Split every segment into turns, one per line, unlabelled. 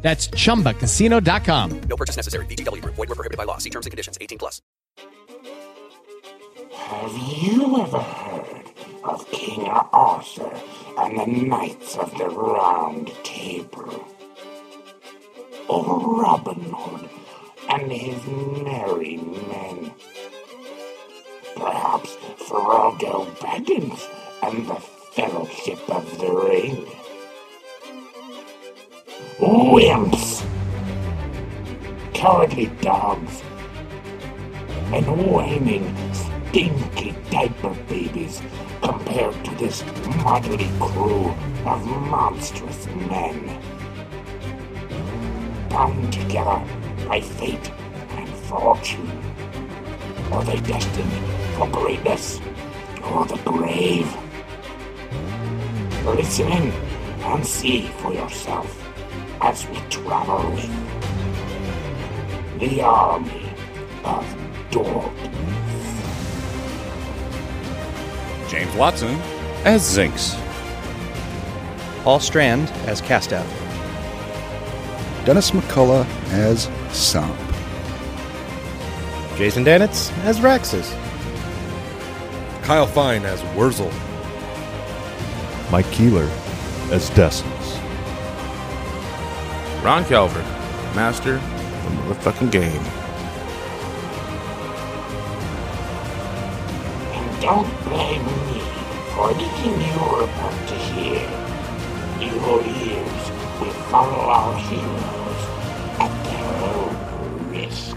That's chumbacasino.com.
No purchase necessary. VGW Group. Void were prohibited by law. See terms and conditions. 18 plus.
Have you ever heard of King Arthur and the Knights of the Round Table? Or Robin Hood and his merry men? Perhaps Frodo Baggins and the Fellowship of the Ring? Wimps! Cowardly dogs! and whining, stinky diaper babies compared to this motley crew of monstrous men. Bound together by fate and fortune. Are they destined for greatness or the grave? Listen in and see for yourself as we travel with the army of dogs.
James Watson as Zinx.
Paul Strand as Castow.
Dennis McCullough as Sop.
Jason Danitz as Raxus.
Kyle Fine as Wurzel.
Mike Keeler as Destins.
Ron Calvert, master of the motherfucking game.
And don't blame me for anything you're about to hear. Your ears will follow our heroes at their own risk.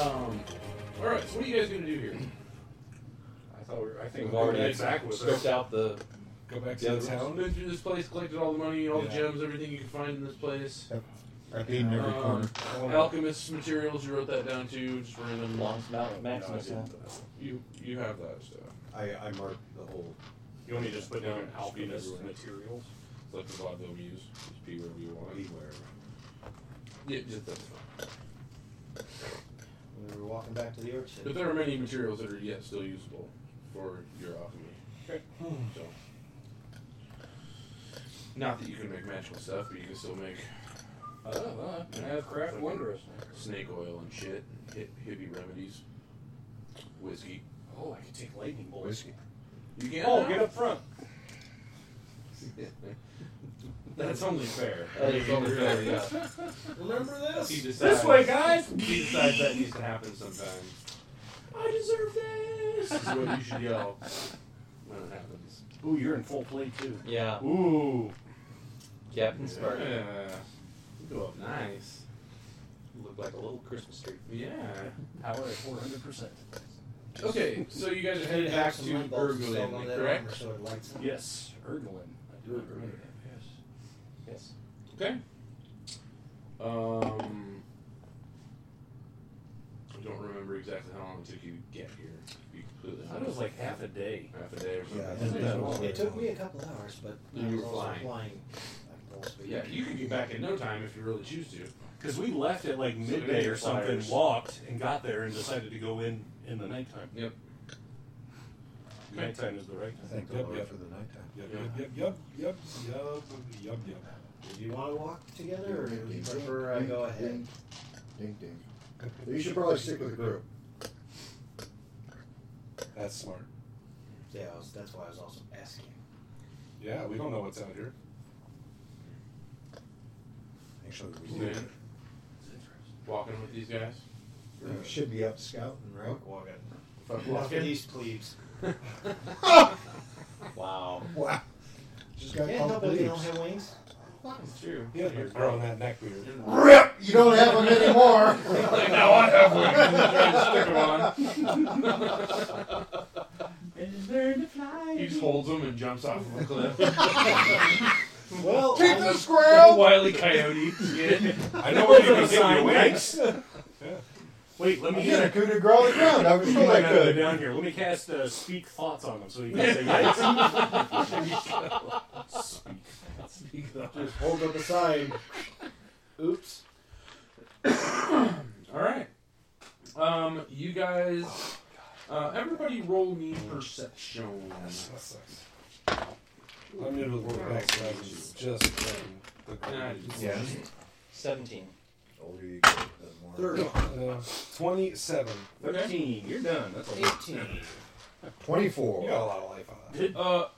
Um, all right. So what are you guys gonna do here? I thought we were, I think
We've
we were
already
gonna back with
scoped out
the
Go back
the
to
other
the
town.
town.
Been through this place, collected all the money, all the
Yeah.
gems, everything you could find in this place.
I've hidden every
Um,
corner.
Alchemist materials. You wrote that down too. Just random. Lost Mount
Maximus, yeah.
You you have that stuff.
I, I marked the whole.
You want me to just put down alchemist
Everywhere.
materials? Like the lot they'll use. Just be wherever you want.
Be wherever.
Yeah, just that's fine.
When we were walking back to the orchard.
But there are many materials that are yet still usable for your alchemy. So, not that you can make magical stuff, but you can still make. I have craft wondrous snake oil and shit, hip, hippie remedies, whiskey. Oh, I could take lightning bolts. Whiskey. You can.
Oh, get up front.
That's only fair.
Oh,
That's
you
only
did
fair.
that.
Yeah.
Remember this?
He
This
decides-
way, guys.
He decides that needs to happen sometimes.
I deserve this.
This is what you should yell when it happens.
Ooh, you're in full play too.
Yeah.
Ooh.
Captain Spark.
Yeah. You go up nice.
Look like a little Christmas tree.
Yeah.
Power at 400%.
Okay, so you guys are headed back to Burgolin, correct?
Yes, Erglin. I do remember that.
Yes.
Okay. Um, I don't remember exactly how long it took you to get here. to be completely
That
honest.
was like half a day.
half a day or something.
Yeah,
Something
that
like
was-
that.
It took me a couple hours, but
You
I
were
was also
flying.
flying. at full
But
speed.
yeah, you could get back in no time if you really choose to.
Because we left at like
So
midday
they
or something,
flyers.
walked and got there, and decided to go in in the nighttime.
Yep.
Nighttime is the right
I
time.
think
Yep,
I'll
yep.
for the nighttime.
Yep, yep, yep, yep, yep, yep, yep, yep.
Do you want to walk together, or do you prefer I go ahead?
Ding ding. You should probably stick with the group.
That's smart.
Yeah, I was, that's why I was also asking.
Yeah, we don't know what's out here.
Actually,
Yeah. Walking with these guys.
we should be out scouting, right?
Walking.
Fuck
Walk
walking.
these plebes.
Wow.
Wow. Just got
Can't
all
help
the
it if they don't
bleeps.
have wings.
It's true.
Yeah, you're growing that neck beard.
Rip! You don't have them anymore.
now I have one. Trying to stick 'em on. He just holds them and jumps off of a cliff.
Well,
Keep
I'm
the
a-
squirrel!
I'm a Wily coyote. Yeah.
I know where you
Those
can get
are
your
signs.
wings.
Wait, let me
I'm getting a coup de grace on the ground. I was sure
No,
I
no,
could.
they're down here. Let me cast uh, speak thoughts on them so you can say yes.
There you go.
Speak thoughts. Speak thoughts.
Just hold up a sign. Oops.
All right. Um, you guys, uh, everybody, roll me perception.
I'm new to the world of X, I was just playing the
Yeah. 17.
Older Oh, you get, the more. Uh, 27.
Okay.
13. You're done. That's a lot.
18.
24. You got a lot of life on that.
Uh,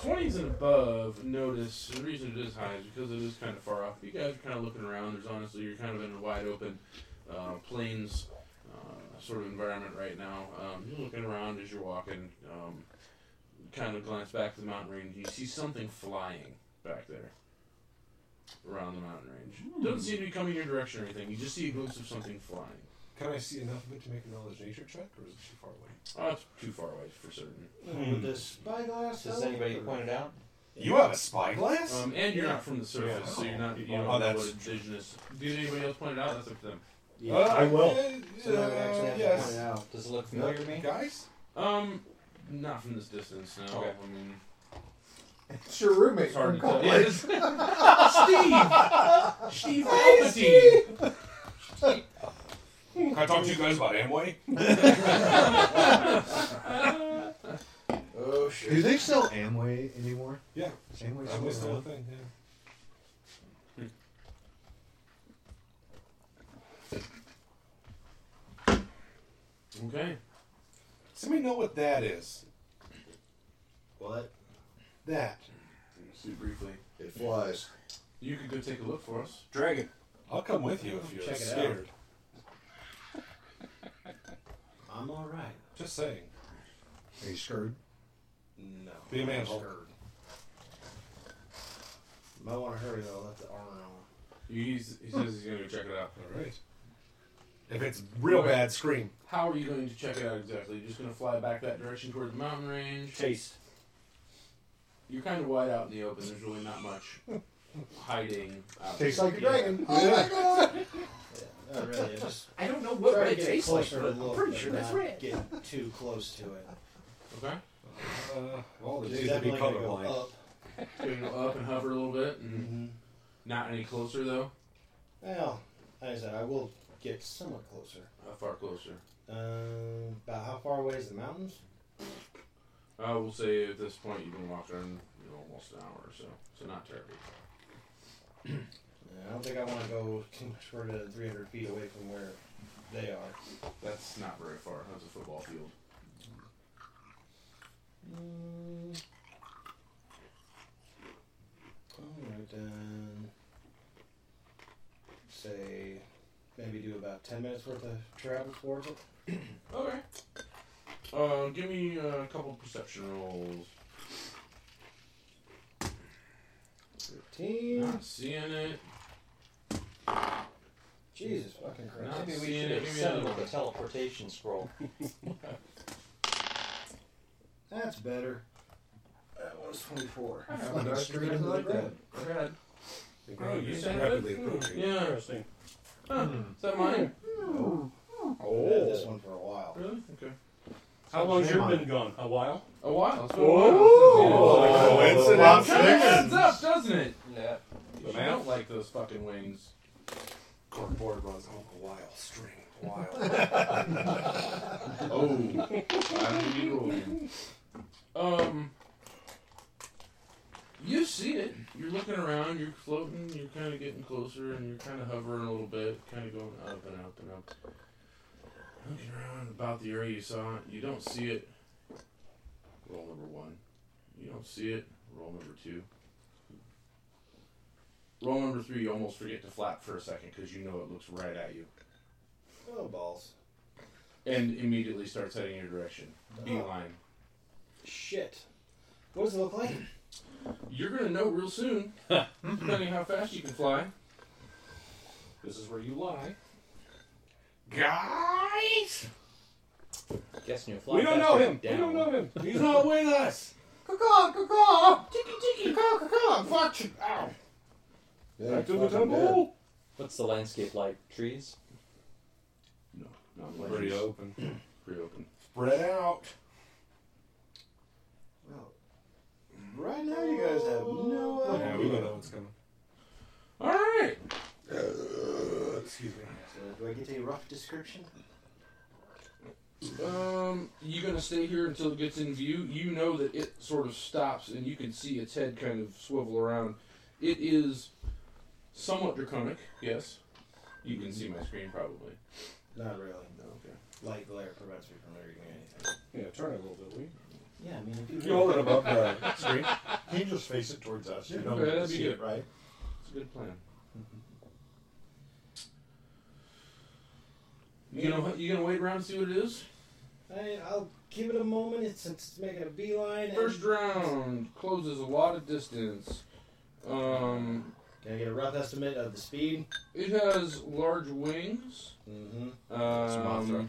twenties and above. Notice the reason it is high is because it is kind of far off. You guys are kind of looking around. There's honestly you're kind of in a wide open uh, plains uh, sort of environment right now. Um, you're looking around as you're walking. Um, kind of glance back to the mountain range. You see something flying back there around the mountain range. Doesn't seem to be coming your direction or anything. You just see a glimpse of something flying.
Can I see enough of it to make a knowledge nature check, or is it too far away?
Oh, it's too far away for certain.
With the spyglass.
Does
help,
anybody
or-
point it out?
You have a spyglass?
Um, and you're not from the surface,
Yeah.
so you're not. You
Oh,
don't know
that's
what indigenous. Did anybody else point it out? That's up to them.
Yeah, Uh, I will. yeah,
So,
yeah,
actually, I
yes.
have to point it out.
Does it look familiar to me?
Guys?
Um, not from this distance. No,
Okay.
I mean.
It's your roommate
It's hard
from
to tell. Yeah,
college.
it's- Steve! Steve Palpatine!
Can I talk to you guys about Amway?
oh shit.
Do they sell Amway anymore?
Yeah.
Is Amway
Amway's
still
still a
around?
thing, yeah.
Okay.
Somebody know what that is.
What?
That.
See briefly.
It flies.
You could go take a look for us.
Dragon. I'll come with you if you're
Check it out.
scared.
I'm all right.
Just saying.
Are you scared?
No.
Be a man, Hulk.
Scared. Might want to hurry though. Let the armor on.
He's, he says he's going to go check it out.
All right. If it's real
Okay.
bad, scream.
How are you going to check it out exactly? You're just going to fly back that direction toward the mountain range?
Chase.
You're kind of wide out in the open. There's really not much hiding. Out
Tastes
there.
like a
Yeah.
dragon. Oh my God.
Not really. I just
I don't know what
try to
red
get
tastes like,
closer
but
to look,
I'm pretty
but
sure that's
not
red.
Get too close to it.
Okay.
Uh, well,
It's
the dudes would be
definitely gonna
colorblind.
go up.
So you go up and hover a little bit, and
Mm-hmm.
not any closer though.
Well, like I said, I will get somewhat closer.
How far closer?
Um, about how far away is the mountains?
I will say at this point you've been walking you know, almost an hour or so, so not terribly.
Yeah, I don't think I want to go too much further than 300 feet away from where they are.
That's not very far. That's a football field.
Mm. Alright then. Say, maybe do about 10 minutes worth of travel towards it.
Okay. Uh, give me uh, a couple perception rolls.
Hmm.
13.
Not Ah, seeing it.
Jesus fucking Christ.
Not
Maybe we
seeing
should
it. Give me another
assemble the
one.
teleportation scroll.
That's better. That was 24.
I
Flying
forgot
straight
to
into the
like that.
ground.
Go ahead.
The
Oh,
ground
you
is
said
rapidly
it?
approaching. Hmm.
Yeah.
Interesting.
Huh. Is that mine?
I've had this
Oh.
one for a while.
Really? Okay.
How long's your been gone? A while?
A while. It's been a while.
Oh,
Coincidence.
lots of
Kinda
things.
adds up, doesn't it?
Yeah.
You don't like those fucking wings.
Corkboard runs on a wild string. Wild.
Oh, I'm rolling. Um, you see it. You're looking around. You're floating. You're kind of getting closer, and you're kind of hovering a little bit, kind of going up and up and up. Looking around about the area you saw it. You don't see it. Roll number one. You don't see it. Roll number two. Roll number three. You almost forget to flap for a second because you know it looks right at you
Oh, balls.
and immediately starts heading your direction. Beeline.
Shit. What does it look like?
You're gonna know real soon, depending how fast you can fly.
This is where you lie.
Guys!
Guessing you'll fly
We don't
faster
know him.
Down.
We don't know him. He's not with us. Caw-caw, caw-caw, tiki tiki, caw, caw, caw, fuck. Ow.
Back to the temple. What's the landscape like? Trees?
No, not like pretty open. pretty open.
Spread out. Well, right now you guys have no idea.
Yeah, we don't know what's coming. All right.
Uh, excuse me. So, do I get a rough description?
Um, you gonna stay here until it gets in view? You know that it sort of stops, and you can see its head kind of swivel around. It is somewhat draconic. Yes, you can see my screen probably.
Not really. No.
Okay.
Light glare prevents me from reading anything.
Yeah, turn it a little bit, will you?
Yeah, I mean, if
You hold it above the screen. Can you just face it towards us? You
Yeah,
don't
that'd
need to
be
see
good.
it, right?
It's a good plan.
Mm-hmm.
You gonna you gonna wait around and see what it is?
I, I'll give it a moment. It's, it's making a beeline. and-
First round closes a lot of distance. Um,
Can I get a rough estimate of the speed?
it has large wings.
Mm-hmm.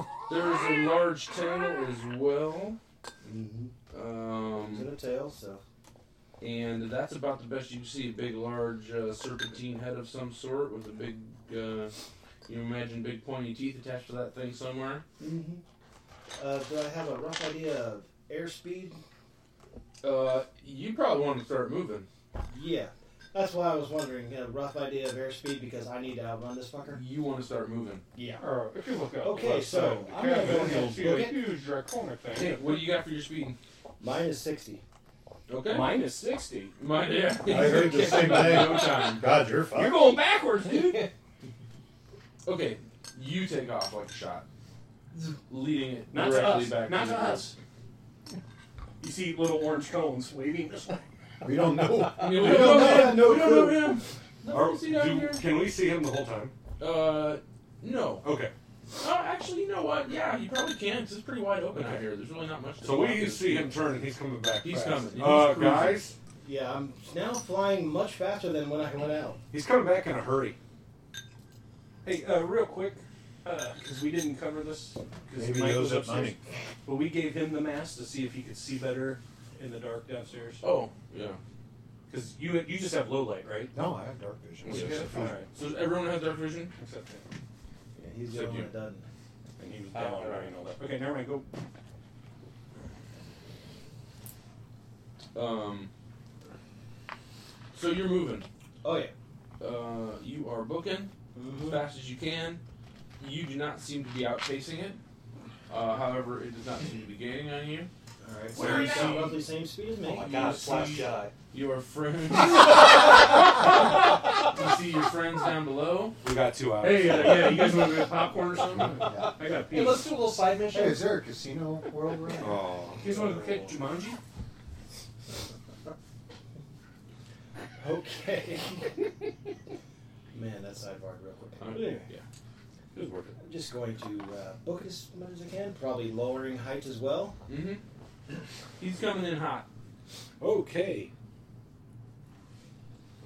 Um, there's a large tail as well.
It's in
Um,
a tail, so.
and that's about the best you can see. A big, large uh, serpentine head of some sort with a big, uh, you imagine big pointy teeth attached to that thing somewhere.
Mm-hmm. Uh, do I have a rough idea of airspeed?
Uh, you probably want to start moving.
Yeah. That's why I was wondering. A rough idea of airspeed because I need to outrun this fucker.
You want to start moving.
Yeah.
Or if you look up
Okay,
left
so
side,
I'm gonna go ahead and
see a
book it.
huge draconic thing.
Hey, what do you got for your speed?
Mine is 60.
Okay.
Mine is 60.
Mine, yeah.
I heard the same
No time.
thing. God, you're fucked.
You're going backwards, dude. okay, you take off like a shot, leading it
Not to
directly
us.
back.
Not
to the
to us. You see little orange cones waving this way.
We don't know.
ground. You
We
know,
don't know.
we
I have no
we don't
clue.
know him. No,
Are-
we see down
do-
here.
can we see him the whole time?
Uh, no.
Okay.
Uh, actually, you know what? Yeah, you probably can. 'cause it's pretty wide open out here. There's really not much. To
So we
block it.
see him turn and he's coming back.
He's
fast.
coming. He's
uh,
cruising.
guys,
Yeah, I'm now flying much faster than when I went out.
he's coming back in a hurry. Hey, uh, real quick, because we didn't cover this, because
Maybe
Mike
those
was
are
upstairs.
mine.
But we gave him the mask to see if he could see better in the dark downstairs.
Oh, yeah.
Because you you just have low light, right?
No, I have dark vision. It's
Yeah.
just a
All
few-
right.
So does everyone has dark vision.
Except him.
Yeah, he's the
Thank
only
you.
one that doesn't.
And he was
Oh,
down
all
and
right.
running and all that. Okay, never mind. Go.
Um. So you're moving.
Oh, yeah.
Uh, you are booking as fast as you can. You do not seem to be outpacing it. Uh, however, it does not seem to be gaining on you.
Alright, so
Where
you
is
sound
he?
roughly same speed as me.
my God, Flash
Jedi.
Your friends. you see your friends down below.
We got two hours.
Hey, uh, yeah, you guys want to get popcorn or something?
Yeah.
I got
Hey,
peace.
let's do a little side
Hey,
mission.
is there a casino world right now?
Oh.
You guys want to
kick Jumanji?
Okay. Man, that sidebar real quick.
Uh,
Anyway,
yeah, it was worth it.
I'm just going to uh, book it as much as I can, probably lowering heights as well.
Mm-hmm. He's coming in hot.
Okay.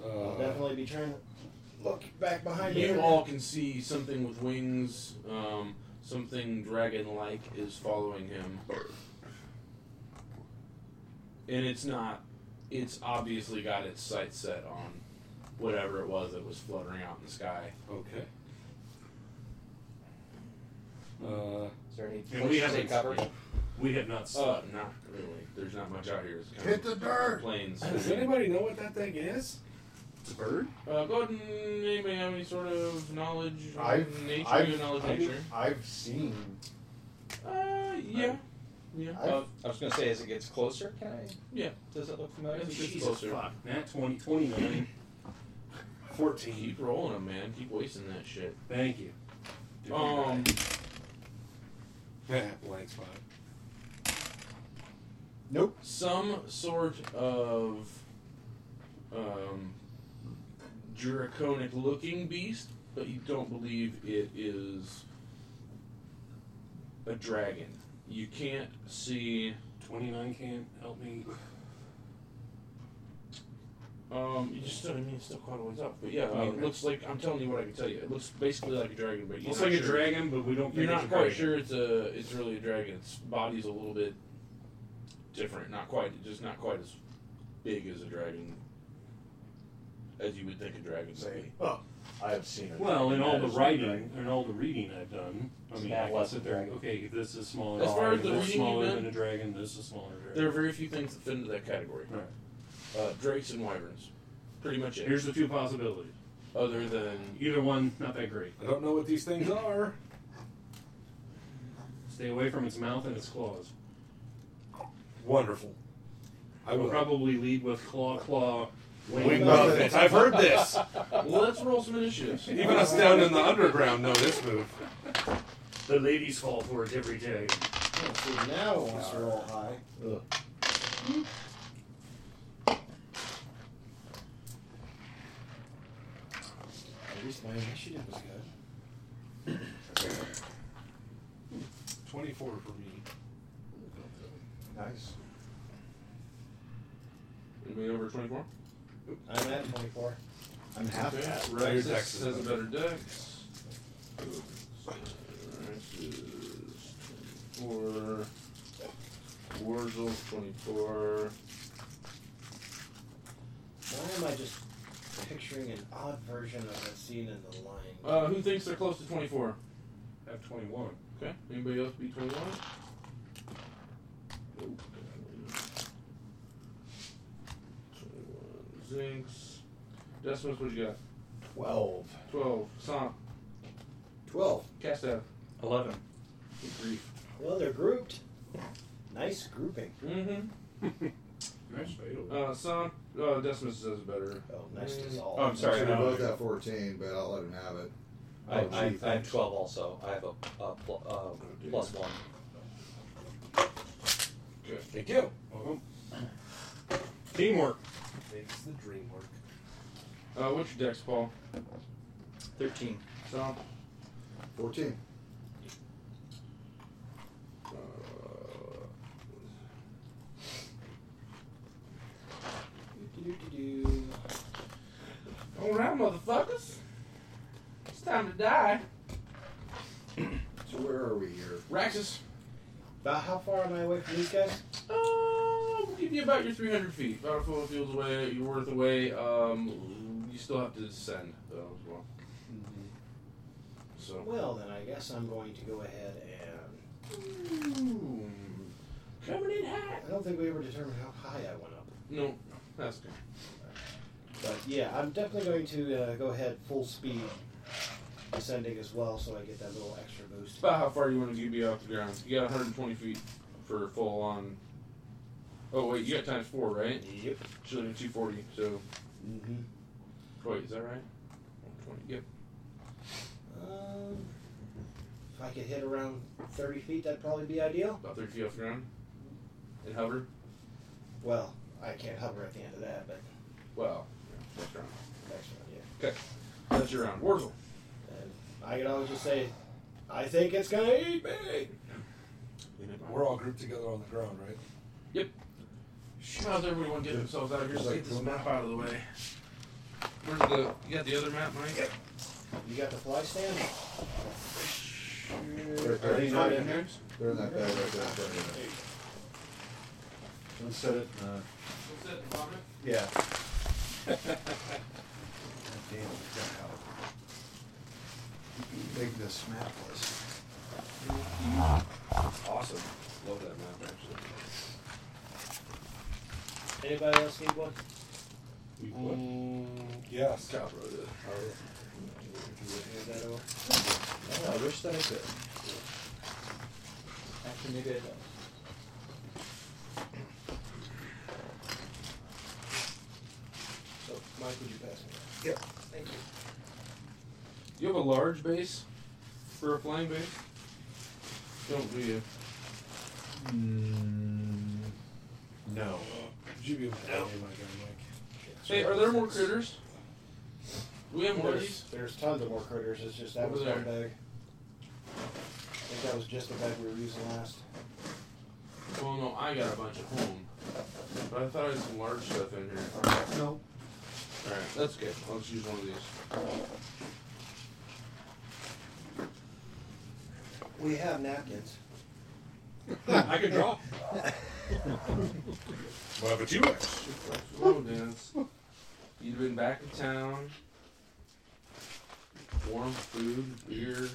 I'll
Uh,
definitely be trying to look back behind me.
You all can see something with wings. Um, something dragon-like is following him, and it's not. It's obviously got its sights set on whatever it was that was fluttering out in the sky.
okay. Uh,
Is there any
And we
place to
haven't-
take cover?
we have not.
Uh, not really. There's not much out here. It's kind
Hit
of
the dirt.
plains.
Does anybody know what that thing is? It's a bird.
Uh, go ahead and anybody have any sort of knowledge? on nature,
I've,
You have knowledge
I've,
of nature.
I've, I've seen.
Uh, yeah, yeah.
I've-
Uh, I was gonna say, as it gets closer, can I?
Yeah.
Does it look familiar?
It's a good
Jesus
closer.
fuck. Nat 20, 29, 14.
Keep rolling them, man. Keep wasting that shit.
Thank you.
Um,
blank spot.
Nope.
some sort of um, draconic-looking beast, but you don't believe it is a dragon. You can't see.
29 can't help me.
Um, you just I mean, it's still quite a ways up, but yeah, I mean,
Okay.
it looks like I'm telling you what I can tell you. It looks basically like a dragon, but you're
Looks
not
like a
sure.
dragon, but we don't
You're
think
not
it's a
quite
dragon.
sure it's a it's really a dragon. Its body's a little bit different, not quite, just not quite as big as a dragon as you would think a dragon would be.
Oh, I have seen it.
Well, in all the
That is-
writing and all the reading I've done, I
It's
mean,
not
I can
less
sit
than
there.
dragon.
Okay, this is smaller.
As
than a
far as
dragon, this is
the reading you've
smaller
done,
than a dragon. This is smaller. Dragon.
There are very few things that fit into that category. Uh, drakes and wyverns, pretty much it.
Here's the two possibilities.
Other than
Either one, not that great.
I don't know what these things are.
Stay away from its mouth and its claws.
Wonderful.
I will
will.
probably lead with claw, claw,
Wing muffins. I've heard this.
well, let's roll some initiatives.
Even us down in the underground know this move.
The ladies fall for it every day.
See, now it wants to roll high.
At least my initiative was good.
24 for me. Nice.
Anybody over 24?
I'm at 24.
I'm half
Okay.
Oh,
at
Right,
Rex
Dex
is
has a better
better.
dex. Rex is 24. Warzel's 24.
Why am I just picturing an odd version of that scene in The Lion?
Uh, who thinks they're close to 24?
I have 21.
Okay. Anybody else be 21? Nope. 21. Zinx. Decimus, what you got?
12.
12. Song.
12.
Cast out.
11.
Good grief.
Well, they're grouped. Nice grouping.
Mm-hmm.
Nice fatal.
Uh, Song. Uh, Decimus does better.
Oh, nice
Mm.
dissolve.
Oh, I'm sorry.
We
no.
both got 14, but I'll let him have it.
I,
Oh,
I,
gee,
I have
thanks.
12 also. I have a, a pl- uh, plus 1.
Good.
Thank you.
Welcome. Teamwork.
Makes the dream work.
Uh, what's your dex, Paul?
13.
Song.
14.
Uh,
Do-do-do-do-do.
All right, motherfuckers. It's time to die.
So where are we here?
Raxus.
About how far am I away from these guys?
Uh, we'll give you about your 300 feet. About a full field's away, you're worth away. Um, you still have to descend, though, as well. So.
Well, then I guess I'm going to go ahead and.
Ooh, Hmm. coming in hot.
I don't think we ever determined how high I went up.
No, that's good.
But yeah, I'm definitely going to uh, go ahead full speed descending as well so I get that little extra boost.
It's about how far you want to give you off the ground. You got 120 feet for full on. Oh, wait, you got times four, right?
Yep.
Should have been 240, so.
Mm-hmm.
Wait, is that right? 120, yep.
Um, if I could hit around 30 feet, that'd probably be ideal.
About 30 feet off the ground. And hover.
Well, I can't hover at the end of that, but
Well, yeah, that's round.
next one, yeah.
Okay. That's your round. Wurzel.
And I could always just say, I think it's gonna eat me.
We're all grouped together on the ground, right?
Yep. Shit, how's everyone get themselves out of here? Let's get this map out of the way. Where's the? You got the other map, Mike?
You got the fly stand?
They're,
Are they not in
there?
They're in that bag right there. in front of you.
Let's set it. Uh,
What's that, the vomit?
yeah. God damn it, we gotta have it. Make this mapless.
Awesome. Love that map, actually.
Anybody else need one?
Yes.
Kyle wrote it.
Hand that over.
Oh, I wish that I could.
Actually, maybe I don't.
So, Mike, would you pass me that?
Yep.
Thank you.
You have a large base for a flying base? Don't do you?
Mm, no. Would Uh, you be able to
No.
my gun, Mike?
Hey, are there more critters? Do we have more of
There's,
these?
there's tons of more critters. It's just that
Over
was one
there.
bag. I think that was just the bag we were using last.
Well, Oh, no, I got a bunch at home. But I thought I had some large stuff in here.
No.
Alright, that's good. I'll just use one of these.
We have napkins.
I can draw.
Well, but you guys.
Whoa, Dennis. You've been back in town. Warm food, beer.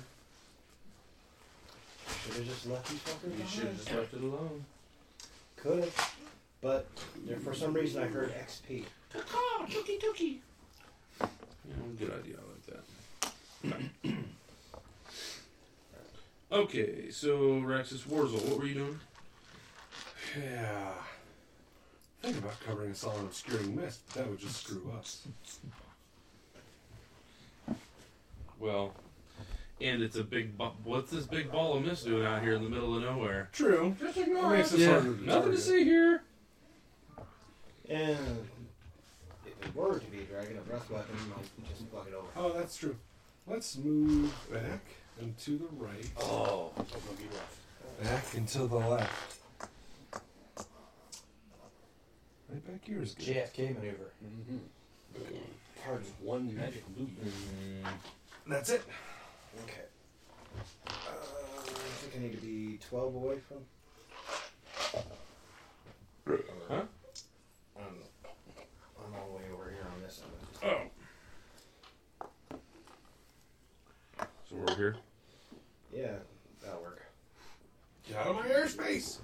Should have just left these fuckers.
You should have just left it alone.
Could have, but there, for some reason I heard XP.
Caw, tookie tookie. Yeah, good idea. I like that. Okay, so Raxus Warzel, what were you doing?
Yeah. Think about covering us all in obscuring mist, but that would just screw us.
Well, and it's a big. Bu- what's this big ball of mist doing out here in the middle of nowhere?
True.
Just
ignore Makes it. it
Yeah.
harder to
Nothing to
target.
see here.
And if it were to be a dragon, a breath weapon might just fuck it over.
Oh, that's true. Let's move back and to the right.
Oh, that's
gonna be rough. Back and to the left. Right back here is good.
JFK maneuver.
Mm-hmm.
Pardon. One
magic loop.
That's it.
Okay. Uh, I think I need to be 12 away from.
Huh?
I don't know. I'm all the way over here on this end.
Oh. So we're here.
Yeah, that'll work.
Get out of my airspace!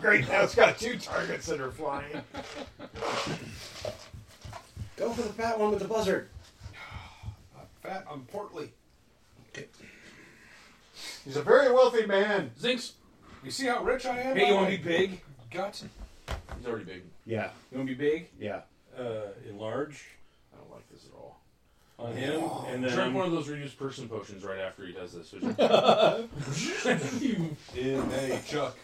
Great, now it's got two targets that are flying.
Go for the fat one with the buzzard.
Fat, I'm portly.
He's a very wealthy man.
Zinks.
You see how rich I am?
Hey, you
I
want to be big?
Got
He's already big.
Yeah.
You want to be big?
Yeah.
Uh, enlarge. I don't like this at all. On him,
Oh.
and
Um,
then
Drink one
of those reduced person potions right after he does this.
you-
hey, Chuck.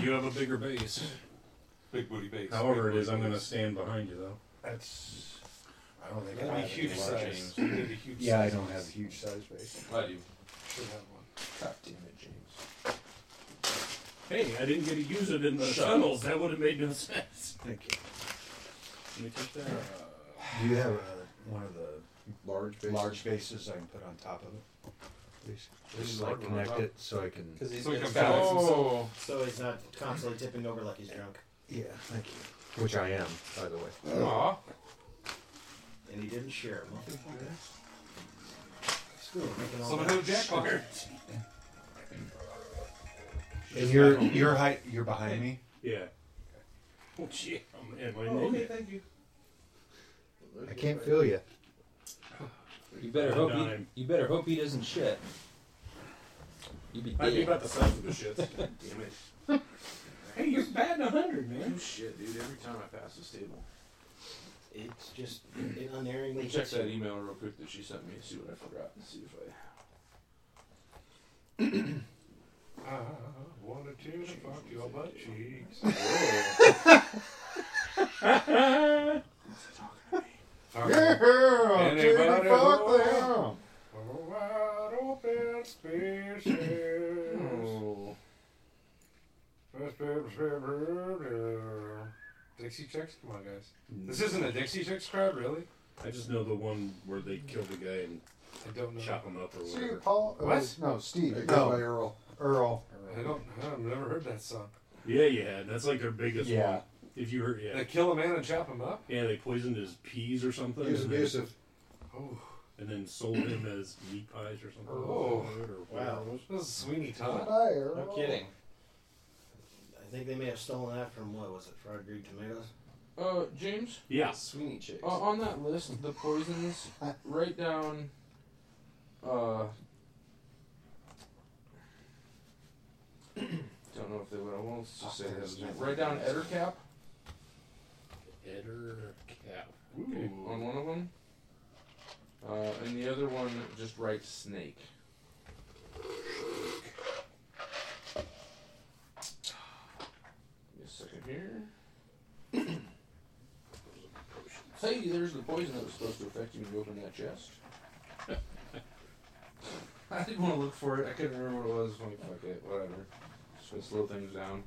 you have a bigger base.
Big booty base.
However it is, I'm going to stand behind you though.
That's. I don't think
That'd
I
be
have
huge
any
size.
James. You need a huge
Yeah, I
size
don't
base.
have a huge
size base.
I do.
Should have one.
God damn it, James.
Hey, I didn't get to use it in the
Shut up.
tunnels. That would have made no sense.
Thank you.
Let me take that.
Do you have
uh,
a, one of the large bases?
Large bases I can put on top of it.
Please.
Just like connect it so I can.
Because he's
So we
it's
can balance
balanced,
Oh.
himself.
so he's not constantly tipping over like he's drunk.
Yeah, thank you. Which I am, by the way.
Aw.
And he didn't share. Motherfucker. Screw it, making all
Someone
that
who jackpot.
shit.
And you're you're hi- you're behind me.
Yeah. Oh, shit. I'm in my
Oh, okay,
naked.
thank you.
I can't feel you.
You better hope
Dime.
he, you better hope he doesn't shit. You'd be dead.
Might be about the size of the shits.
Damn it.
Hey, you're batting 100, man.
You shit, dude. Every time I pass this table.
It's just it unerringly
Let me check
hits
that
you.
email real quick that she sent me and see what I forgot and see if I.
I wanted to fuck your butt cheeks.
Yeah,
Anybody
titty fuck
want-
them.
For wide open spaces.
Oh.
Dixie Chicks? Come on, guys. This isn't a Dixie Chicks crowd, really?
I just know the one where they kill the guy and
I don't know.
chop him up or
See,
whatever.
Paul. uh,
What?
No, Steve.
There you
No,
go.
Earl. Earl.
I don't. I've never heard that song.
Yeah, yeah, that's like their biggest
Yeah.
one. If you heard, yeah,
They kill a man and chop him up?
yeah, they poisoned his peas or something.
He's
and then-
abusive.
Oh,
and then sold him as meat pies or something.
Oh.
Or
wow.
whatever it was.
This is Sweeney
Bye,
Todd.
Earl.
No kidding.
I think they may have stolen that from what was it, fried green tomatoes?
Uh, James,
Yeah.
Sweeney chicks.
uh, on that list, the poisons, write down. Uh. Don't know if they would. I won't just say this. Write down Ettercap
Edder cap.
on one of them. Uh, and the other one, just write Snake. Give me a second here. Hey, there's the poison that was supposed to affect you when you opened that chest. I didn't want to look for it. I couldn't remember what it was. I'm like, fuck it, whatever. Just gonna slow things down.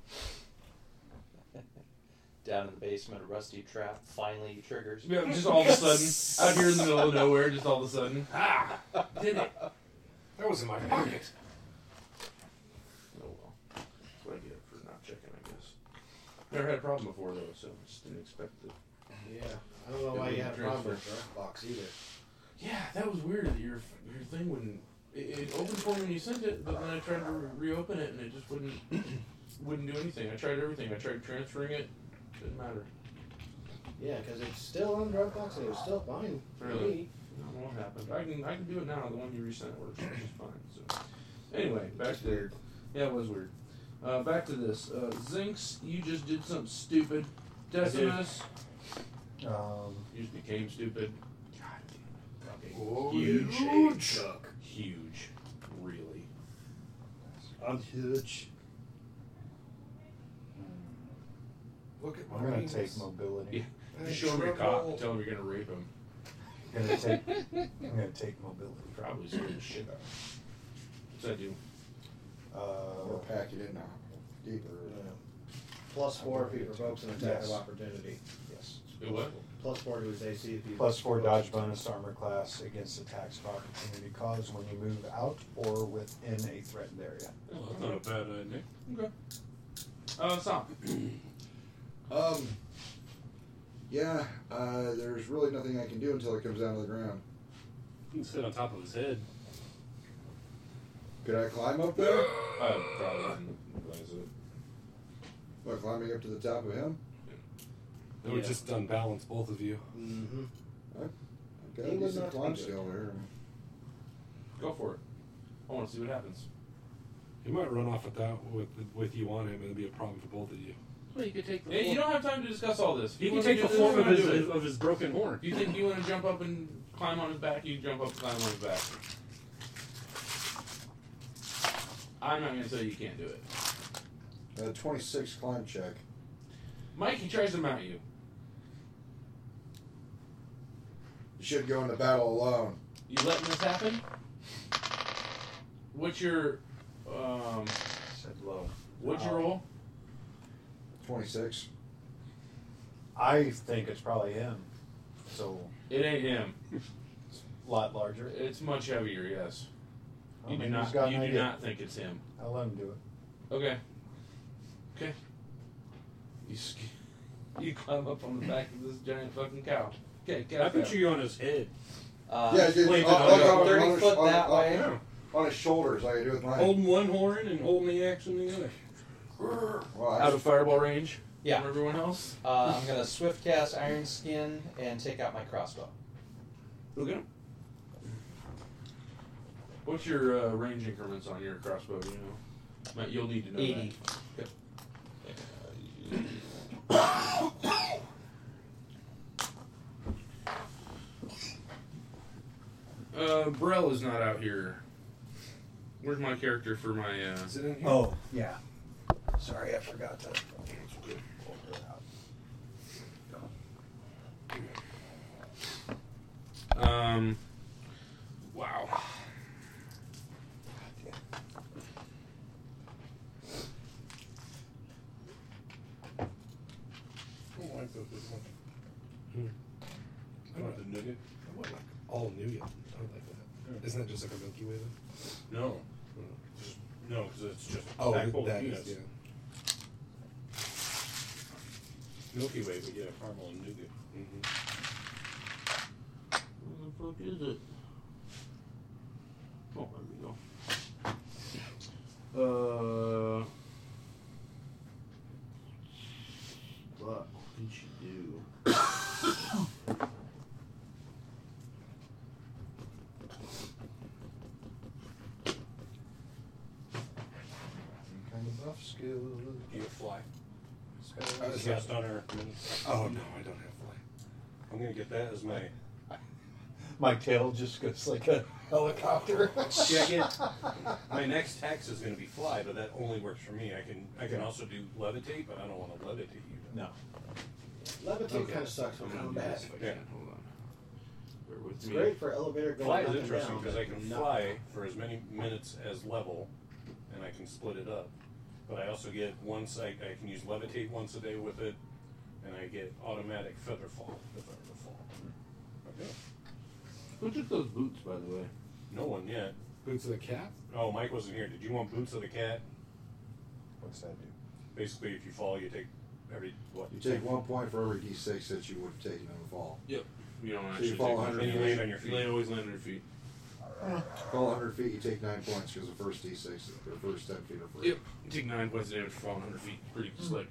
Down in the basement, a rusty trap finally triggers.
Yeah, just all of a sudden, out here in the middle of nowhere, just all of a sudden, ah, did it.
That was in my pocket.
Oh, Never had a problem before though, so just didn't expect it.
Yeah, I don't know why you had a problem with
that
box either.
Yeah, that was weird. Your your thing when it, it opened for me when you sent it, but then I tried to re- reopen it and it just wouldn't wouldn't do anything. I tried everything. I tried transferring it. Didn't matter.
Yeah, because it's still on Dropbox and it was still fine. for
Really?
me.
No, what happened? I can I can do it now. The one you resent works which is fine. So anyway, back to yeah, it was weird. Uh, back to this. Uh, Zinx, you just did something stupid. Decimus,
Um,
you just became stupid. God damn it. Fucking
Oh,
huge.
huge.
Chuck. Huge. Really.
I'm huge.
Look at my
I'm gonna
penis.
take mobility.
You show him your cock. Tell him you're gonna rape him.
I'm gonna take. I'm gonna take mobility.
Probably scare the shit out. What's that do?
Uh,
or pack it in now. Deeper.
Plus four if he provokes an attack
Yes.
of opportunity.
Yes.
Do what?
Plus four to his AC if he
Plus four dodge bonus armor class against attacks of opportunity caused when you move out or within a threatened area.
Oh, that's not a bad uh, nick. Okay. Uh, Sam.
Um. Yeah, uh, there's really nothing I can do until it comes down to the ground.
You can sit on top of his head.
Could I climb up there?
I probably didn't realize it.
What, climbing up to the top of him?
It would just unbalance both of you.
Mm-hmm.
I've got
He
a
would
decent
not
climb
be good.
skill there.
Go for it. I want to see what happens.
He might run off with that with with you on him, and it'd be a problem for both of you.
Well, you could take. Yeah, you don't have time to discuss all this. If
He can
wanna
take
do
the
this,
form
you
of
wanna
his-
do it.
of his broken horn.
You think you want to jump up and climb on his back? You jump up and climb on his back. I'm not gonna say you can't do it.
Uh, 26 climb check.
Mike, he tries to mount you.
You should go into battle alone.
You letting this happen? What's your um?
Said low.
What's
Uh,
your roll?
26.
I think it's probably him. So
It ain't him.
a lot larger.
It's much heavier. Yes.
I
You do
mean,
not.
he's got
You
an
do
idea.
not think it's him.
I'll let him do it.
Okay. Okay. You sk- you climb up on the back of this giant fucking cow. Okay, cow. cow.
I picture you on his head.
Uh,
yeah, dude,
planted
I'll-
on
I'll
the-
go on
30
his-
foot
on-
that
on-
way.
On his shoulders, like I do with mine.
Holding one horn and holding the axe in the other.
Well, I-
out of fireball range.
Yeah.
From everyone else.
Uh, I'm gonna swift cast Iron Skin and take out my crossbow.
Okay. What's your uh, range increments on your crossbow? You know, Matt, you'll need to know.
Eighty.
That. Okay. Uh, Brell is not out here. Where's my character for my? Uh,
Is it in here?
Oh yeah. Sorry, I forgot to.
Um. Wow.
I don't like those big ones. I want the nougat. I want like all nougat. I would like that. Isn't that just like a Milky Way though?
No.
Just-
No, because it's just
Oh,
back
that-
full of
that
peanuts.
is, yeah.
Milky Way, but yeah, caramel and nougat.
Where the fuck is it? Oh, there we go. Uh. Fuck, Uh, what did she do?
Kind of buff skill.
You have fly.
Spell.
I was cast on her. Oh no, I don't have fly. I'm gonna get that as my.
My tail just goes like a helicopter.
Check it. My next tax is gonna be fly, but that only works for me. I can I can also do levitate, but I don't want to levitate you.
No.
Levitate
Okay.
kind of sucks for
I'm gonna do
combat.
this if I
Yeah.
can. Hold on. Bear with
It's
me.
great for elevator going
Fly
up
is
and
interesting
down,
because
but
I can
not-
fly for as many minutes as level, and I can split it up. But I also get once I, I can use levitate once a day with it, and I get automatic feather fall if I ever fall. Okay.
Who took those boots, by the way?
No one yet.
Boots of the cat?
Oh, Mike wasn't here. Did you want boots of the cat?
What's that do?
Basically, if you fall, you take every what?
You take one point for every d6 that you would have taken in the fall.
Yep. You don't
So
actually
you fall
take much.
100
And you
feet.
land on your feet. You always land on your feet.
Fall 100 feet, you take 9 points because the first d6 is the first 10 feet are free.
Yep. You take nine points of damage for falling 100 feet. Pretty slick.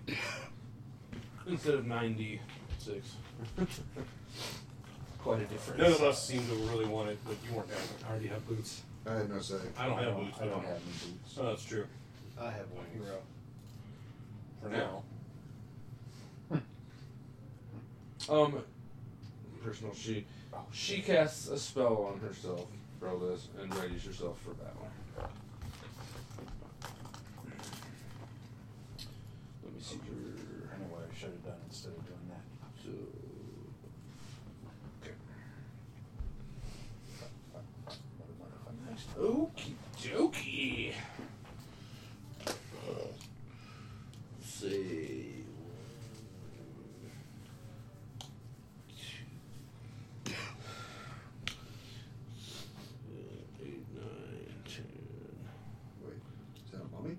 Instead of 9d6.
Quite a difference.
None of us seem to really want it, but you weren't having it.
I already have boots.
I had no say.
I don't have boots.
I don't
no.
have any boots.
Oh, that's true.
I have one.
You're out. For now. Um, personal sheet. She casts a spell on herself. Roll this and readies herself for battle. Let me see your.
I know what I should have done instead of doing that.
So, Okie dokie. Let's see. Eight, nine, ten,
Wait, is that a mummy?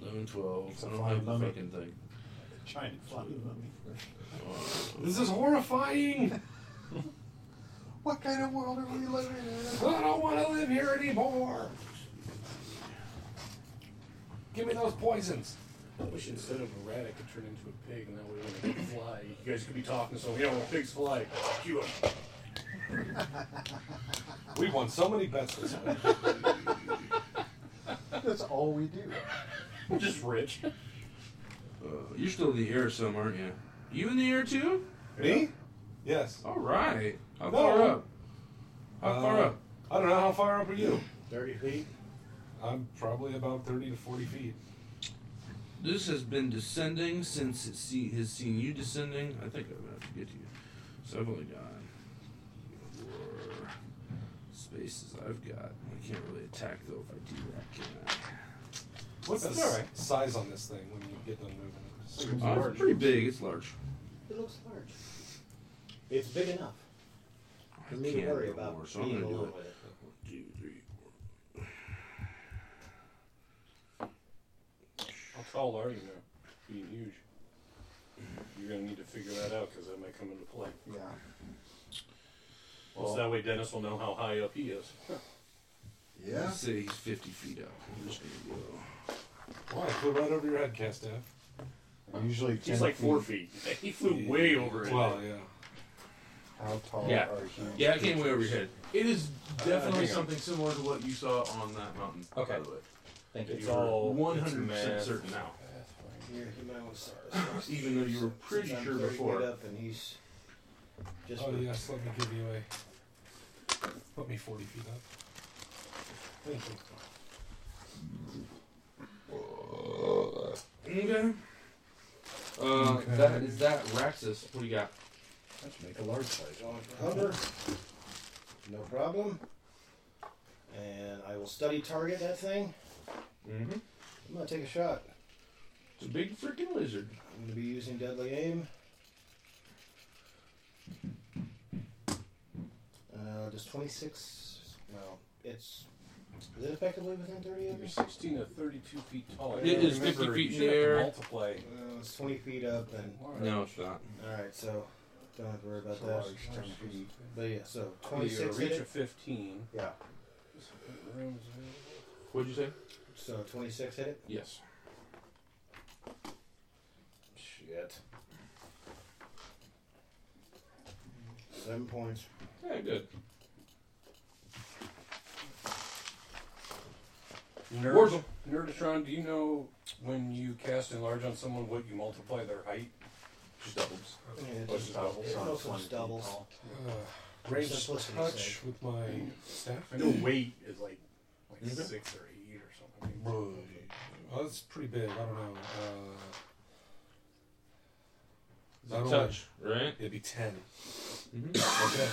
eleven, twelve.
It's a
I don't have the
flying
fucking thing.
Trying to find them.
This is horrifying.
What kind of world are we living in?
I don't want to live here anymore. Give me those poisons.
I wish instead of a rat, I could turn into a pig, and that way when I fly,
You guys could be talking so yeah, well pigs fly. Cue 'em. We won so many bets this week.
That's all we do.
We're just rich. Uh, you're still in the air some, aren't you? You in the air too?
Me? Yes.
All right. How
No.
far up? How far
Uh,
up?
I don't know. How far up are you?
30 feet?
I'm probably about 30 to 40 feet.
This has been descending since it see, has seen you descending. I think I'm gonna have to get to you. So I've only got four spaces. I've got. I can't really attack though if I do that, can
What's
That's
the s-
alright.
size on this thing when you get done moving? Just like-
I? Uh, it's pretty big. It's large.
It looks large. It's big enough.
I
For me to
can't
worry
do
about
more, so I'm
being
gonna do
alone
it.
with it.
One, two, three, four.
How tall are you now? Being huge.
you're gonna need to figure that out because that might come into play.
Yeah.
Well, so that way Dennis will know how high up he is.
Yeah.
Let's say he's 50 feet up. I'm just gonna go.
Why? Flew right over your head, Castaff.
Usually
He's like four feet. He flew way over it.
Well, yeah.
How tall
Yeah.
are humans?
Yeah, it came way over your head. It is
hang
definitely
on.
something similar to what you saw on that mountain. Okay. By the way.
Thank
If
you.
you were
It's all-
100%
it's
certain now.
Here, you might want to start this.
Even though you were pretty
Since I'm
sure
very
before.
good Up and he's just
oh, yes, let me give you a. Put me 40 feet up. Thank you.
Okay. Uh, That is that Raxus. What do you got?
Let's make a large size.
Hover. No problem. And I will study target that thing.
Mm-hmm.
I'm gonna take a shot.
It's a big freaking lizard.
I'm gonna be using deadly aim. Uh, does 26? Well, it's is it effectively within 30 of
You're
me?
16 to 32 feet tall.
It is 50 feet in the air.
Multiply.
Uh, it's 20 feet up and
No, it's not.
all right, so don't have to worry about
It's a
that.
large 10 feet.
But yeah, so
You
26 hit
reach
it.
of 15.
Yeah,
What'd you say?
so 26 hit it.
Yes.
Shit. Seven points.
Yeah, good.
Nerd,
Wurzel.
Nerditron, do you know when you cast enlarge on someone, what you multiply their height?
Just doubles.
Yeah,
Oh, it's just doubles.
It's
Oh,
also
it's
just doubles.
Uh, range
Simplicity
touch
sake.
with my staff.
I know weight is like like
Is it?
six or eight or something.
Right. Well, Oh, that's pretty big. I don't know. Uh, not only-
Touch, right? Mm-hmm.
It'd be 10. Okay.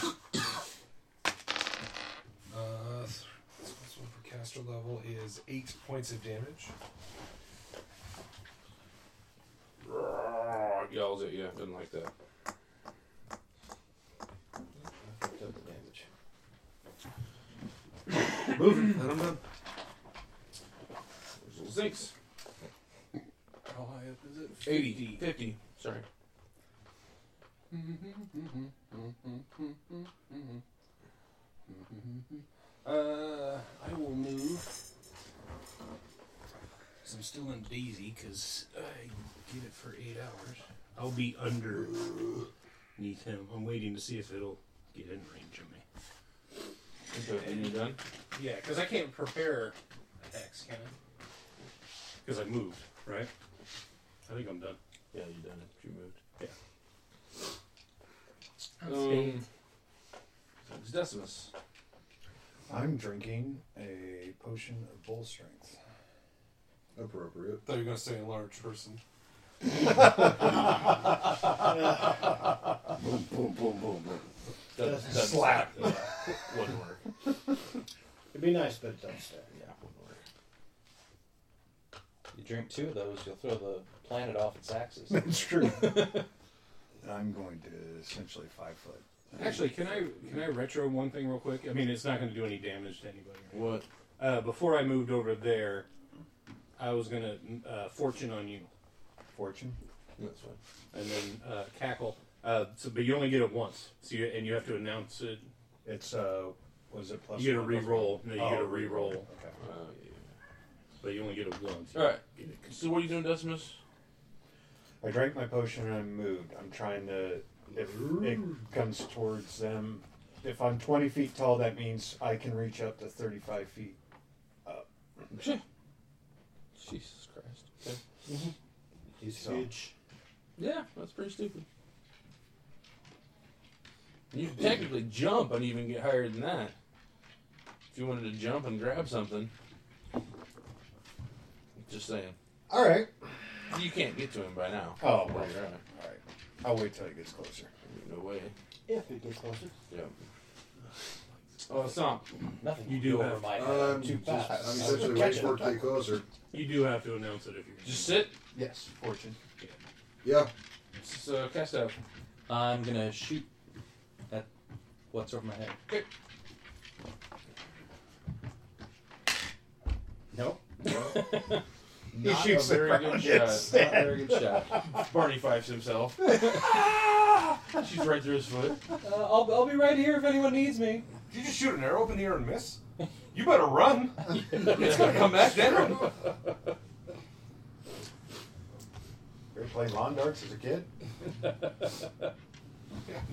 Uh, th- this one for caster level is 8 points of damage.
Roar, Yells at you. Doesn't like that.
I fucked up the damage.
Moving. And I'm done.
Zinks.
How high up is it?
80. 50. Sorry.
Uh, I will move. 'Cause I'm still in Daisy because I get it for eight hours. I'll be underneath him. I'm waiting to see if it'll get in range of me.
Okay, and you're done?
Yeah, because I can't prepare attacks, can I?
Because I moved, right? I think I'm done.
Yeah, you're done. You moved.
Yeah.
Um, it's Decimus.
I'm drinking a potion of bull strength.
Appropriate.
thought you were going to say a large person.
Boom, boom, boom, boom, boom.
Doesn't- doesn't
Slap.
stack. Yeah, Wouldn't work.
It'd be nice, but it doesn't stay.
Yeah, wouldn't work.
You drink two of those, you'll throw the planet off its axis.
That's true. I'm going to essentially five foot.
Actually, can I can I retro one thing real quick? I mean, it's not going to do any damage to anybody.
What?
Uh, before I moved over there, I was going to uh, fortune on you.
Fortune.
That's fine.
And then uh, cackle. Uh, so, but you only get it once. So you, and you have to announce it.
It's uh, was it plus
You get a
one, plus
re-roll.
one?
No, you get a
Oh,
re-roll. Uh,
re-roll.
Oh, yeah.
But you only get it once.
All right. So what are you doing, Decimus?
I drank my potion and I moved. I'm trying to. If it comes towards them, if I'm 20 feet tall, that means I can reach up to 35 feet. Up.
Jesus Christ. Okay.
He's
So-
huge.
Yeah, that's pretty stupid. You could technically jump and even get higher than that. If you wanted to jump and grab something. Just saying.
All right.
You can't get to him by now.
Oh,
Where
well,
you're at.
All right. I'll wait till it gets closer.
No way.
If it gets closer.
Yeah. Oh, Stomp.
Nothing
You do have.
Uh,
I'm Um, just, I'm essentially waiting for it to get closer.
You do have to announce it if you're.
Just sit.
Yes, fortune.
Yeah.
So cast out.
I'm gonna shoot at what's over my head.
Okay.
No.
Not
shoots
a
it
very
from
good
a
shot. Not a very good
distance.
shot. Barney fives himself. Ah! She's right through his foot.
Uh, I'll, I'll be right here if anyone needs me.
Did you just shoot an arrow up in the air and miss? You better run. it's going to come back down.
You ever played lawn darts as a kid?
Yeah,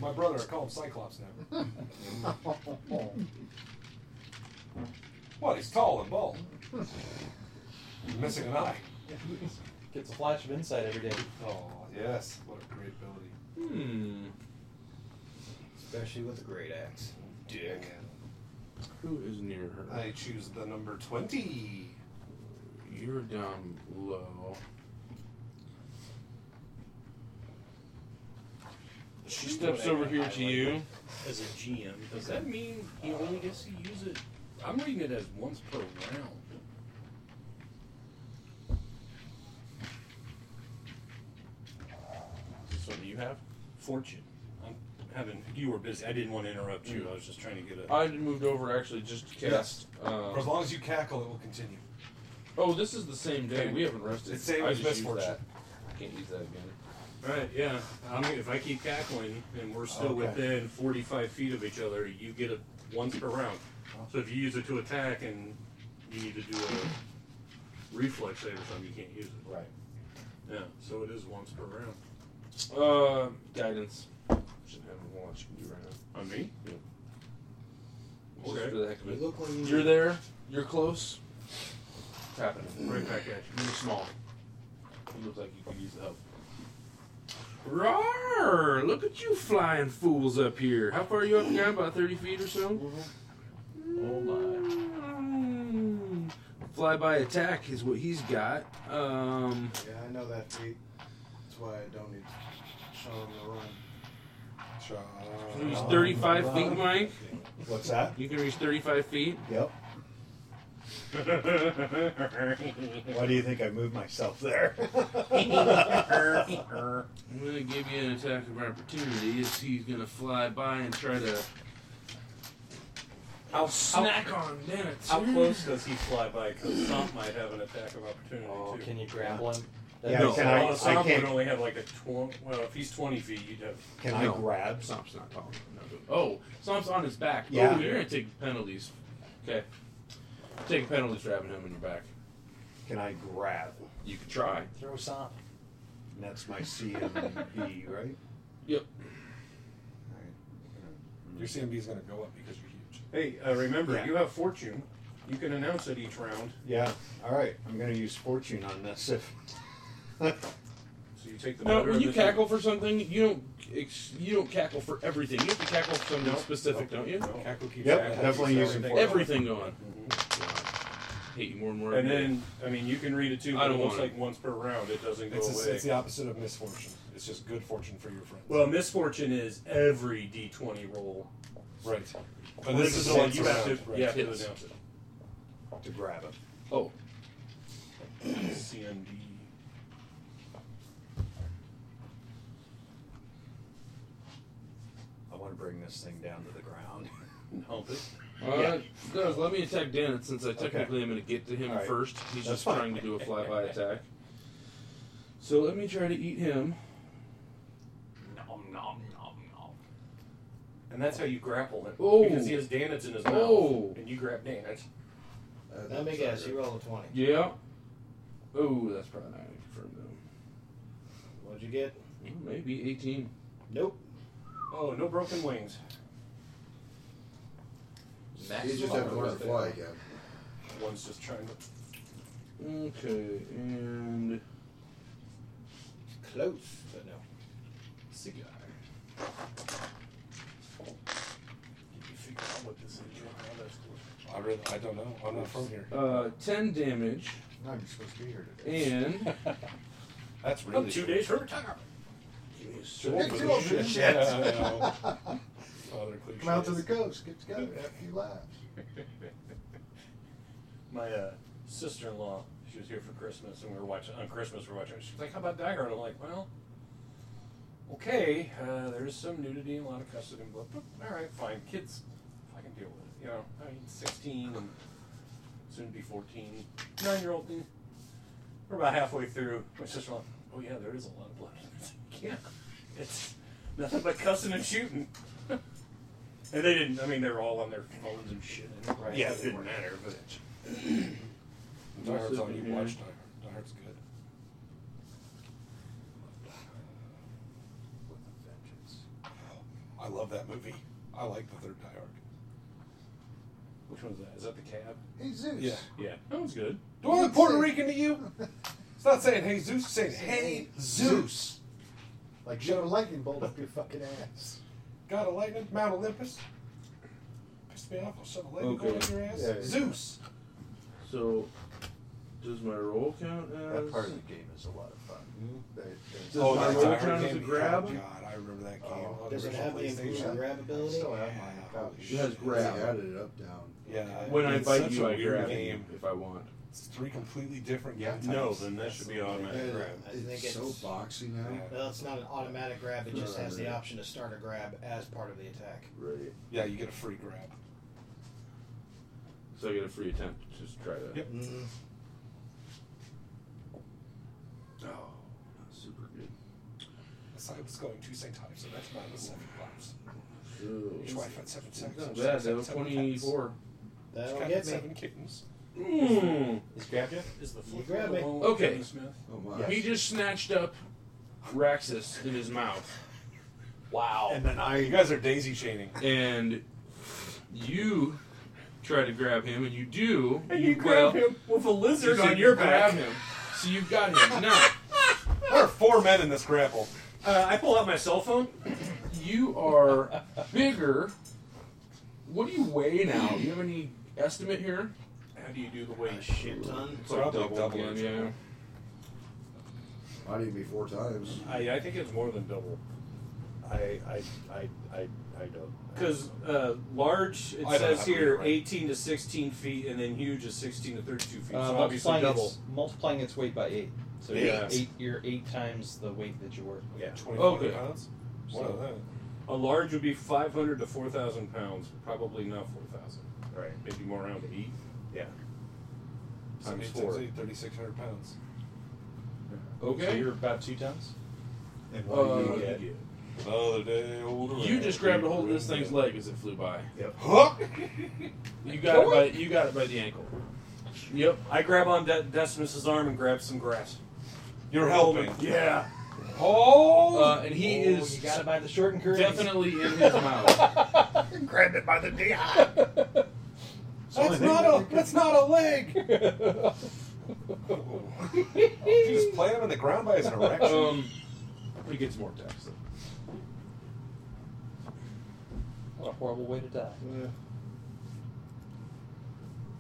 my brother, I call him Cyclops now. Well, he's tall and bald. Missing an eye.
Gets a flash of insight every day.
Oh, yes. What a great ability.
Hmm.
Especially with a great axe.
Dick.
Who is near her?
I choose the number 20.
You're down low. She steps over here to you.
As a GM, does that mean he only gets to use it? I'm reading it as once per round.
So do you have?
Fortune. I'm having. You were busy. I didn't want to interrupt you. I was just trying to get a.
Mm. I moved over actually just to cast.
For as
Um,
long as you cackle, it will continue.
oh, this is the same day. We haven't rested.
It's same
I
as
just used
misfortune.
that. Can't use that again.
Right. Yeah. I'm, if I keep cackling and we're still
Okay.
within 45 feet of each other, you get a once per round. So if you use it to attack and you need to do a reflex save or something, you can't use it.
Right.
Yeah. So it is once per round.
Uh, guidance. Should have a watch. You right now.
On me?
Yeah.
Okay.
Just for the heck of
You
it.
look like you-
You're there. You're close. It's happening.
Right back at you.
You're small. You look like you could use the help. Roar! Look at you flying fools up here. How far are you up now? About 30 feet or so? Mm-hmm.
Oh my.
Flyby Mm. attack is what he's got. Um,
Yeah, I know that feat. That's why I don't need to show him the run.
you reach 35 feet, Mike.
What's that?
You can reach 35 feet.
Yep. Why do you think I moved myself there?
I'm going to give you an attack of opportunity. Is he's going to fly by and try to
I'll
snack on damn it.
How close does he fly by? Because Stomp might have an attack of opportunity
Oh,
too.
can you grapple him?
Yeah,
No. can I-
Some
I can't-
would only have like a twenty. Well, if he's twenty feet, you'd have.
Can I
No.
grab?
Snomp's not tall. enough. Oh, Snomp's on his back.
Yeah.
Oh, you're gonna take penalties. Okay. Taking penalties for having him in your back.
Can I grab?
You could try.
Throw some. And that's my CMB, right?
Yep.
Your CMB is going to go up because you're huge.
Hey, uh, remember
Yeah.
you have fortune. You can announce it each round.
Yeah. All right. I'm going to use fortune on this. If
So you take the.
No,
better
when
of
you
the two.
cackle for something, you don't ex- you don't cackle for everything. You have to cackle for something
No.
specific,
No.
don't you?
No. Cackle keeps
Yep,
cackle
definitely
keeps
using
everything
everything going. Hate you more and more.
And
every
then,
day.
I mean, you can read it too,
I
but it
don't
looks
want
like once per round. It doesn't go
It's, a-
away.
it's the opposite of misfortune. It's just good fortune for your friends.
Well, misfortune is every d20 roll.
Right.
But this is all you have to,
Right.
you have to
Yes.
announce it.
to grab it.
Oh. CMD.
I want to bring this thing down to the ground.
Hump it.
Uh, Guys, let me attack Dennett since I
Okay.
technically am going to get to him
All right.
first. He's
That's
just
fine.
trying to do a flyby attack. So let me try to eat him.
Nom, nom, nom, nom. And that's how you grapple him.
Oh.
Because he has Danitz in his mouth.
Oh.
And you grab Danitz.
Let me guess, you rolled a 20.
Yeah. Oh, that's probably not gonna confirm though.
What'd you get?
Maybe 18.
Nope.
Oh, no broken wings.
He's just having fun to fly again.
One's just trying to.
Okay, and
Close, but no.
Cigar. Did you figure out what this is?
I, really, I don't know. I'm not from here.
uh, 10 damage,
No, you're supposed to be here today.
and
That's
I'm two days from retirement.
Shit.
Oh,
Father Cliche.
Come out to the coast, get together, have a few laughs.
My uh, sister-in-law, she was here for Christmas, and we were watching on Christmas. We were watching. She's like, "How about Die Hard?" I'm like, "Well, okay. Uh, there's some nudity and a lot of cussing and blah, blah. All right, fine. Kids, I can deal with it. You know, I mean, 16 and soon to be 14, nine-year-old. mm. We're about halfway through. My sister-in-law, oh yeah, there is a lot of blood. yeah, it's nothing but cussing and shooting. and they didn't. I mean, they were all on their phones and shit. And, right?
Yeah,
it
they
didn't
were.
matter, but.
Die Hard's all you
Yeah.
watch. Die Hard. Die Hard's good.
With a vengeance.
I love that movie. I like the third Die Hard.
Which one's that? Is that the cab?
Hey, Zeus.
Yeah.
Yeah, that one's good.
Do I look Puerto Rican to you? It's not saying hey Zeus. It's saying hey Zeus.
Like shove a lightning bolt up your fucking ass.
God of lightning, Mount Olympus. Pissed me off. I'll shove a lightning bolt
Okay.
in your ass.
Yeah.
Zeus.
so does my roll count as?
That part of the game is a lot of fun.
Hmm?
They- they-
Does my
that
roll
Die Hard
count as Oh, a
game, yeah,
grab?
God, I remember that game.
Oh,
Does it
Original
have the improved
PlayStation.
grab ability?
Still have mine.
It has
Yeah,
grab.
I added it up, down.
Yeah.
When I
it's
bite
such
you,
a
I
weird
grab you
game.
if I want.
It's three completely different game types.
No, then that should be automatic
And
grab.
I think
it's
it's-
so boxy now.
Well, it's not an automatic grab, it just has the option to start a grab as part of the attack.
Right.
Yeah, you get a free grab.
So I get a free attempt. Just try that.
Yep.
Mm,
Oh, not super good.
So I was going two same time, so that's minus seven lives.
So,
Each wife had seven seconds.
not
She
bad
had
though.
seven
Twenty-four.
cats. She
That'll
got
get me.
seven kittens.
Mm.
He's grabbed you?
Is the
You grab
Uh,
me.
Okay.
Oh my.
He just snatched up Raxus in his mouth,
Wow. And then I. You guys are daisy chaining.
and you try to grab him, and you do.
And you,
well,
grab him with a
You
lizard
said
on your
grab
back.
him. So you've got him now.
There are four men in this grapple.
Uh, I pull out my cell phone.
You are bigger. What do you weigh now? Do you have any estimate here?
How do you do the weight?
shit ton.
It's like double.
again, yeah.
I need me four times.
I, I think it's more than double.
I, I, I, I, I don't.
Because uh, large, it
I don't
says
have it
here,
right.
18 to 16 feet, and then huge is 16 to 32 feet.
Uh,
so obviously
multiplying,
double.
its, multiplying its weight by eight. So
Yeah.
you're, eight, you're eight times the weight that you were.
Yeah.
24
Okay.
pounds. One
So-
of them.
A large would be 500 to 4,000 pounds. Probably not 4,000. Right. Maybe more around eight.
Times
four.
Thirty-six hundred pounds.
Okay.
So you're about two tons?
And
what do you
Uh,
get?
Another day older. You
and
just grabbed a hold of this
green.
thing's leg as it flew by.
Yep.
Huh? you got it by you got it by the ankle. Yep.
I grab on De- Decimus's arm and grab some grass.
You're helping.
Yeah.
Oh. Uh, and he
Oh,
is
you got it by the short and curly.
definitely in his mouth. Grabbed it by the knee.
That's not
a- that's
not a leg.
just plant him in the ground by his erection.
Um, he gets more attacks. though.
What a horrible way to die.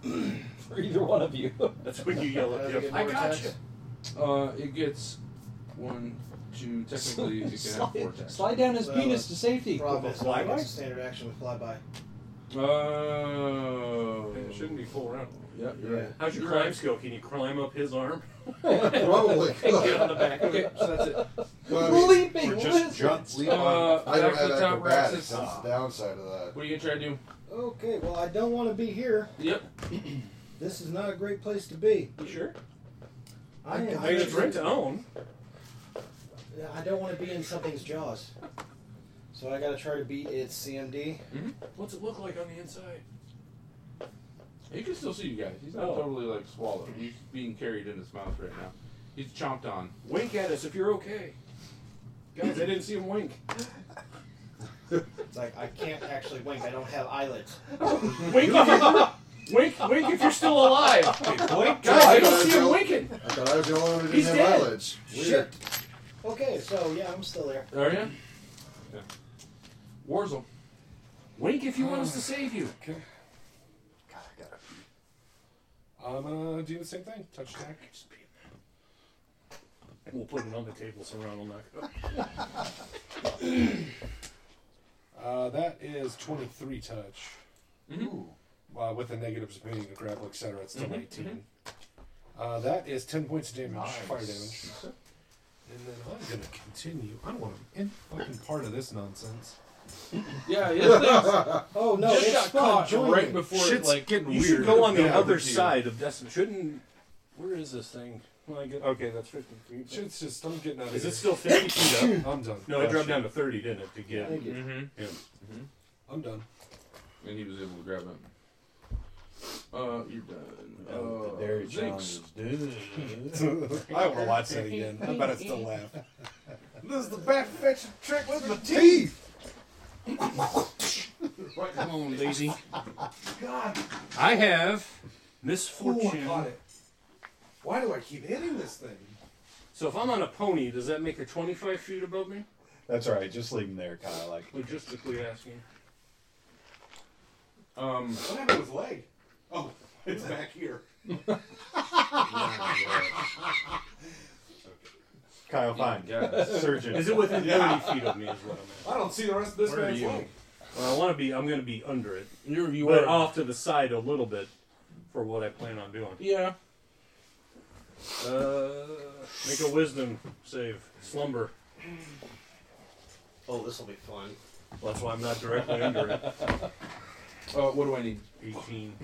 For either one of you.
That's when you yell at Jeff.
I got you.
Uh, it gets one, two. Technically, it can have four
Slide,
attacks.
slide down his
Well,
penis to safety.
Problem is,
Flyby?
no, it's a standard action with flyby.
Oh.
It shouldn't be full round.
Yeah, you're right.
How's your climb skill? Can you climb up his arm?
Probably.
Get on the back.
Okay, so that's it.
Leaping
Or
lizards.
just jump, leap
Uh,
on. I don't
back
have
to top
acrobatics.
Raxus.
That's the downside of that.
What are you gonna try to do?
Okay, well, I don't want to be here.
Yep.
This is not a great place to be.
You sure?
I am.
I mean, it's rent to own.
I don't want to be in something's jaws. So I gotta try to beat its CMD.
What's it look like on the inside? He can still see you guys. He's not
Oh.
totally like swallowed. He's being carried in his mouth right now. He's chomped on.
Wink at us if you're okay.
Guys, I didn't see him wink.
It's like I can't actually wink. I don't have eyelids.
Wink if you're, wink, wink if you're still alive.
blink.
Guys, I don't
I
see
thought-
him winking.
I thought I was the only one who didn't
He's
have
dead.
eyelids. Weird.
Shit. Okay, so yeah, I'm still there.
Are you? Yeah. Warzel.
Wink if you want us to save you.
Okay. I'm gonna do the same thing. Touch attack.
We'll put it on the table so Ron will knock it up.
Uh, that is 23 touch.
Mhm.
Ooh. Uh, with a negatives of being a grapple, etc. It's still
Mhm,
18. Uh, that is 10 points of damage, fire damage.
Nice.
And then I'm gonna continue. I don't want to in fucking part of this nonsense.
Yeah, his thing's-
Oh, no,
just
it's
got
fun.
caught
Join
right
me.
before
Shit's
it, like
getting
you
weird.
should go on the
Yeah,
other
to you.
side of
Decimus. Shouldn't. Where is this thing? Well, I get, okay, that's 50 feet.
Shit's just, I'm getting out of
Is
here.
it still 50 feet up?
I'm done.
No, it
Oh,
dropped
shit.
down to 30, didn't it? To get.
Thank you.
Mhm.
Mm-hmm.
Yeah. I'm done.
And he was able to grab him. Uh, you're done.
Oh,
Uh,
the Dairy
Jinx.
Challenge is done. I wanna watch that again. I bet I still laugh.
This is the bat fetching trick with my
teeth.
Right,
Come on, lazy.
God,
I have
Ooh, I
misfortune.
caught it. Why do I keep hitting this thing?
So if I'm on a pony, does that make her 25 feet above me?
That's all right. Just leave him there, Kyle. Like
Logistically asking. Um,
What happened to his leg? Oh, it's back here.
Kyle, fine. Surgeon.
Is it within
Yeah.
30 feet of me? Is what I'm at.
I don't see the rest of this
Where are
man's
you?
leg.
Well, I want to be. I'm going to be under it.
You're, you
but
are-
off to the side a little bit for what I plan on doing.
Yeah.
Uh, make a wisdom save. Slumber.
Oh, this will be fun.
Well, that's why I'm not directly under it.
Uh, what do I need?
18.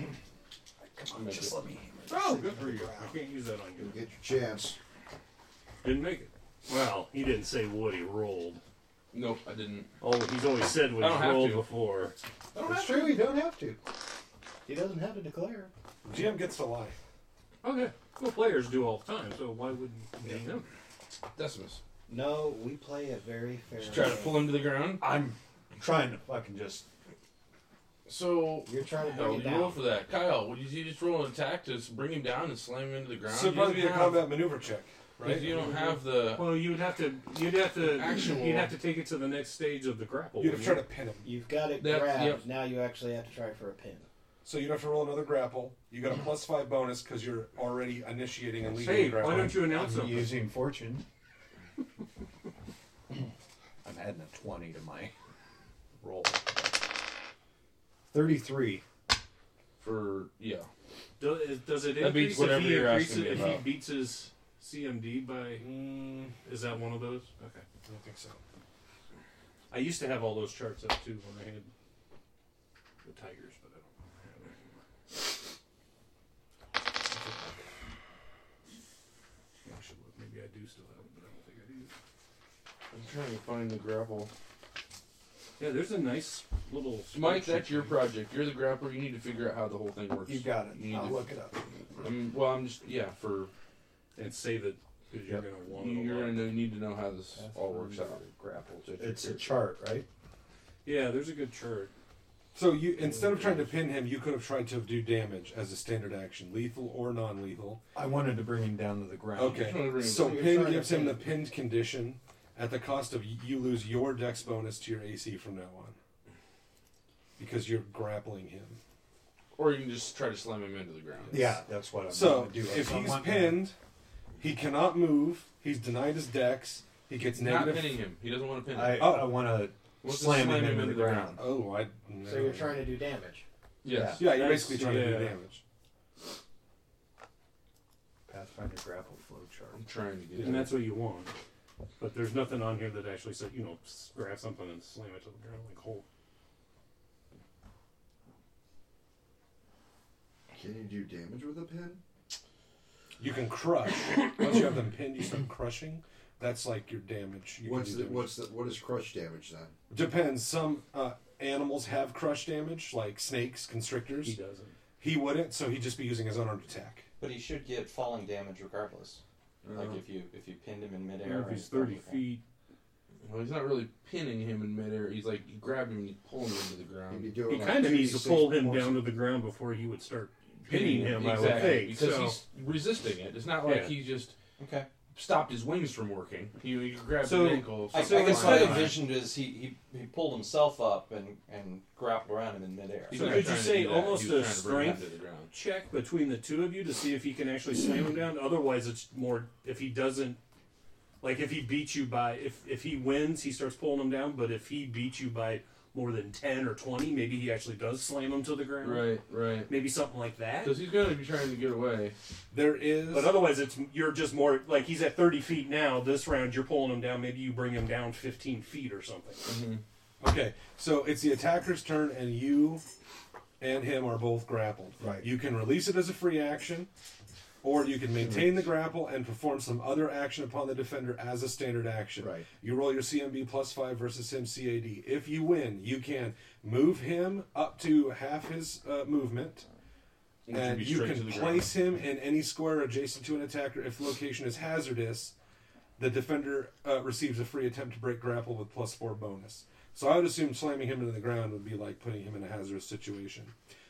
Come on, just let me.
Oh, good for you. I can't use that on you.
Get your chance.
Didn't make it. Well, he didn't say what he rolled.
Nope, I didn't.
Oh, he's always said
I
what
don't
he's
have
rolled
to.
before.
I don't
It's
have
true. You don't have to.
He doesn't have to declare.
GM gets to lie.
Okay. Well, players do all the time, so why wouldn't you know?
Decimus.
No, we play it very fair.
Just try to pull him to the ground.
I'm trying to fucking just.
So
You're trying to
How
bring
would
it
you roll
down.
for that, Kyle? Would you just roll an attack to s- bring him down and slam him into the ground?
It's
You
supposed to be
don't
a
have-
combat maneuver check, right?
Because you don't have the.
Well, you would have to. You'd have to.
Actual-
You'd have to take it to the next stage of the grapple.
You'd have
wouldn't
tried
you?
to pin him.
You've got it
That-
grabbed.
yep.
Now you actually have to try for a pin.
So you'd have to roll another grapple. You got a plus five bonus because you're already initiating and leading
Hey,
the grapple.
why don't you announce
I'm
something?
using fortune. I'm adding a twenty to my roll. Thirty-three.
For. Yeah.
Does, is- does it
That beats
increase if
whatever
he
you're
increase
asking
it,
me
if he
about.
beats his CMD by? Is that one of those? Okay.
Mm. I don't think so.
I used to have all those charts up too when I had the Tigers, but I don't have it anymore.
I should look. Maybe I
do still have it, but I don't think I do.
I'm trying to find the gravel.
Yeah, there's a nice little.
Mike,
spreadsheet
that's your
thing.
project. You're the grappler. You need to figure out how the whole thing works.
You got it.
need
I'll
to-
look it up.
I'm, well, I'm just yeah for
and save it because
you're
gonna
want. You're gonna need to know how this all works out. Grapple.
It's a chart, right?
Yeah, there's a good chart.
So you instead of trying to pin him, you could have tried to do damage as a standard action, lethal or non-lethal.
I wanted to bring him down to the ground. I wanted to
Okay.
bring him
So
down.
pin gives him the pinned condition at the cost of you lose your dex bonus to your AC from now on because you're grappling him.
Or you can just try to slam him into the ground.
Yeah,
that's what I'm
So
gonna do.
if
I
he's
want-
pinned, he cannot move. He's denied his dex. He gets
Not
negative.
pinning him. He doesn't want to pin him.
I-
Oh.
I wanna
What's the
slam him
him
into
into
the ground. Oh, I.
So you're trying to do damage.
Yes.
Yeah, you're
That's-
basically trying to do
yeah.
damage.
Pathfinder grapple flow chart.
I'm trying to get.
And that's what you want. But there's nothing on here that actually said, you know, s- grab something and slam it to the ground like hold.
Oh,
Can you do damage with a pin?
You can crush. Once you have them pinned, you start crushing. That's like your damage. You can
What's
do
the,
damage.
what's the, what is crush damage then?
Depends. Some uh, animals have crush damage, like snakes, constrictors. He
doesn't.
He wouldn't, so he'd just be using his unarmed attack.
But he should get falling damage regardless. Like
Yeah.
if you if you pinned him in midair.
Uh-huh. Yeah, if
or
he's
anything
30
like that.
feet. Well, he's not really pinning him in midair. He's like, you grab him and you pull him into the ground.
He kind of needs to pull him down to the ground before he would start pinning him, I would think.
Because
so.
he's resisting it. It's not like
Yeah.
he just stopped his wings from working. You, you grab
So
his ankle.
I, I
something
guess
like
what I
that.
envisioned is he, he, he pulled himself up and, and grappled around him in midair.
So could you say almost a strength check between the two of you to see if he can actually slam him down? Otherwise, it's more if he doesn't. Like if he beats you by if if he wins, he starts pulling him down. But if he beats you by more than ten or twenty, maybe he actually does slam him to the ground.
Right, right.
Maybe something like that.
Because he's going to be trying to get away.
There is.
But otherwise, it's you're just more like he's at thirty feet now. This round, you're pulling him down. Maybe you bring him down fifteen feet or something.
Mm-hmm. Okay, so it's the attacker's turn, and you and him are both grappled. Right. You can release it as a free action, or you can maintain the grapple and perform some other action upon the defender as a standard action. Right. You roll your CMB plus five versus him CAD. If you win, you can move him up to half his uh, movement.
Which would
and
be
you
straight to
can
the ground.
place him in any square adjacent to an attacker if the location is hazardous. The defender uh, receives a free attempt to break grapple with plus four bonus. So I would assume slamming him into the ground would be like putting him in a hazardous situation.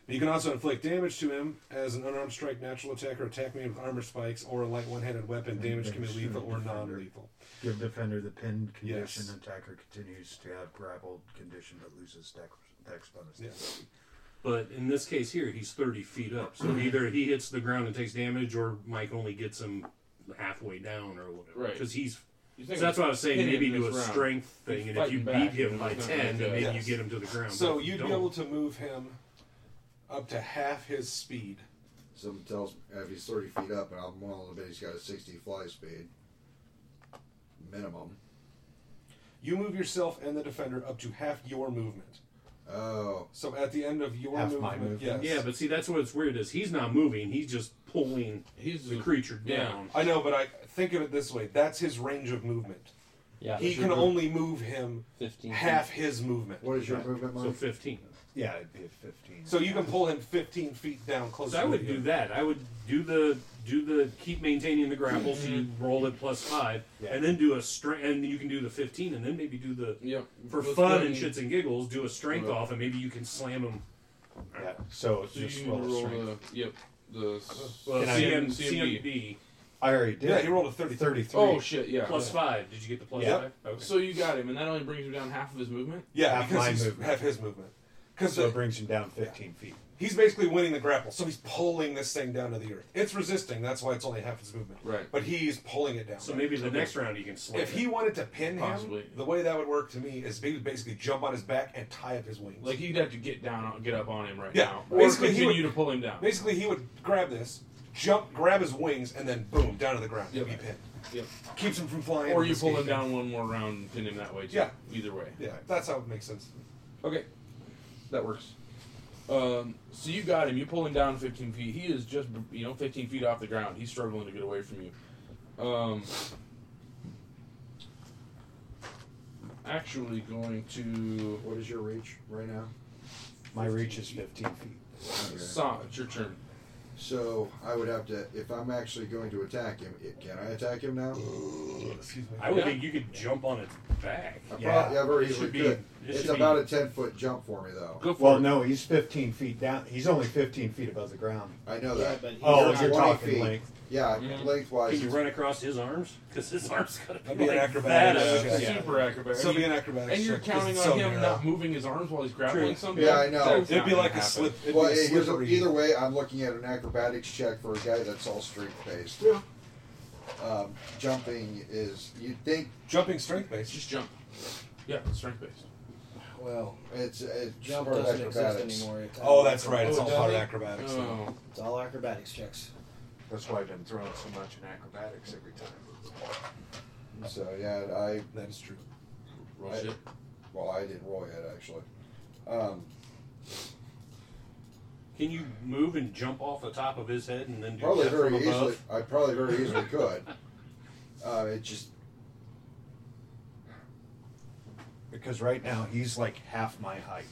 But you can also inflict damage to him as an unarmed strike, natural attack, or attack made with armor spikes or a light one-handed weapon. Damage can be lethal or non-lethal.
Give defender the pinned condition.
Yes.
Attacker continues to have grappled condition but loses dex, dex bonus.
Yes.
But in this case here, he's 30 feet up. So
Mm-hmm.
either he hits the ground and takes damage, or Mike only gets him halfway down or whatever.
Right.
Because he's.
You
So
think
that's why I was saying
hitting
maybe
him
do a
this round.
strength thing,
He's
and if you
fighting back,
beat him
and
by
he's not
10, then
gonna
maybe
do
you
it.
get him to the ground.
So
But if you
you'd be
don't-
able to move him up to half his speed.
Someone tells me if he's 30 feet up, and I'm willing to bet he's got a 60 fly speed. Minimum.
You move yourself and the defender up to half your movement.
Oh.
So at the end of your movement, yes.
Yeah, but see, that's what's weird is he's not moving. He's just pulling the creature
Yeah.
down.
I know, but I think of it this way: that's his range of movement.
Yeah,
he
that's
can
your move-
only move him
15
half
feet.
his movement.
What is your movement, So Mike? 15.
Yeah, it'd be a 15.
So you can pull him 15 feet down closer.
So I
to
would
the
do
other.
that. I would do the do the keep maintaining the grapple, so you roll it plus five,
Mm-hmm. Yeah.
and then do a strength, and you can do the fifteen, and then maybe do the for
Let's
fun
go
and
and-
shits and giggles, do a strength
Right.
off, and maybe you can slam him.
Yeah. So,
So
just
you
roll,
roll
strength.
the uh, yep the s-
Well,
Can I-
CM,
CMB.
CMB.
I already did.
Yeah, you rolled
a 30.
33.
Oh shit! Yeah.
Plus five. Did you get the plus
Yep.
five? Okay.
So you got him, and that only brings him down half of his movement.
Yeah, because he's half his movement. Because
So it brings him down 15 feet.
He's basically winning the grapple, so he's pulling this thing down to the earth. It's resisting, that's why it's only half his movement.
Right.
But he's pulling it down.
So maybe the next round he can slam
If
it.
he wanted to pin
Possibly.
him, the way that would work to me is he would basically jump on his back and tie up his wings.
Like he'd have to get down, get up on him right
yeah.
now, or
Basically, he
continue
would,
to pull him down.
Basically, he would grab this, jump, grab his wings, and then boom, down to the ground. He'd be pinned.
Yep.
Keeps him from flying.
Or
and
you pull him
escaping.
down one more round and pin him that way. Too.
Yeah.
Either way.
Yeah, that's how it makes sense.
Okay. That works. Um, so you got him. You pull him down 15 feet. He is just you know 15 feet off the ground. He's struggling to get away from you. Um, actually going to.
What is your reach right now?
My reach is 15 feet.
Saw, it's your turn.
So I would have to, if I'm actually going to attack him, it, can I attack him now?
I would think you could jump on its back.
I
Yeah.
probably, yeah, very
It
easily
should be-
could.
it
It's
should be-
about a 10 foot jump for me, though.
well, no, he's 15 feet down. He's only 15 feet above the ground.
I know that.
oh,
He's
you're
20
talking
feet.
length.
Yeah,
Yeah.
lengthwise.
Can you
it's-
run across his arms? Because his arms gotta be,
That'd be an
like
acrobatics
that.
check. Yeah.
Super acrobatic.
So it'd be an acrobatics
And you're
check, 'cause
counting
it's
on
so
him
narrow.
not moving his arms while he's grappling
True.
something?
Yeah, I know.
That's not gonna happen.
well, it- here's a- either way, I'm looking at an acrobatics check for a guy that's all strength based.
Yeah.
Um, jumping is you'd think
jumping strength based.
Just jump. Yeah, strength based.
Well, it's it's
Jump
part of
doesn't exist
acrobatics.
anymore. It's
Oh, that's right. It's
Oh,
all part of
dummy.
acrobatics. now.
Oh. It's all acrobatics checks.
That's why I've been throwing so much in acrobatics every time.
So yeah, I.
That is true.
Roll
I,
Oh, shit.
Well, I didn't roll yet actually. Um,
Can you move and jump off the top of his head and then do
probably
that
very
from above?
easily. I probably very easily could. Uh, it just
Because right now he's like half my height.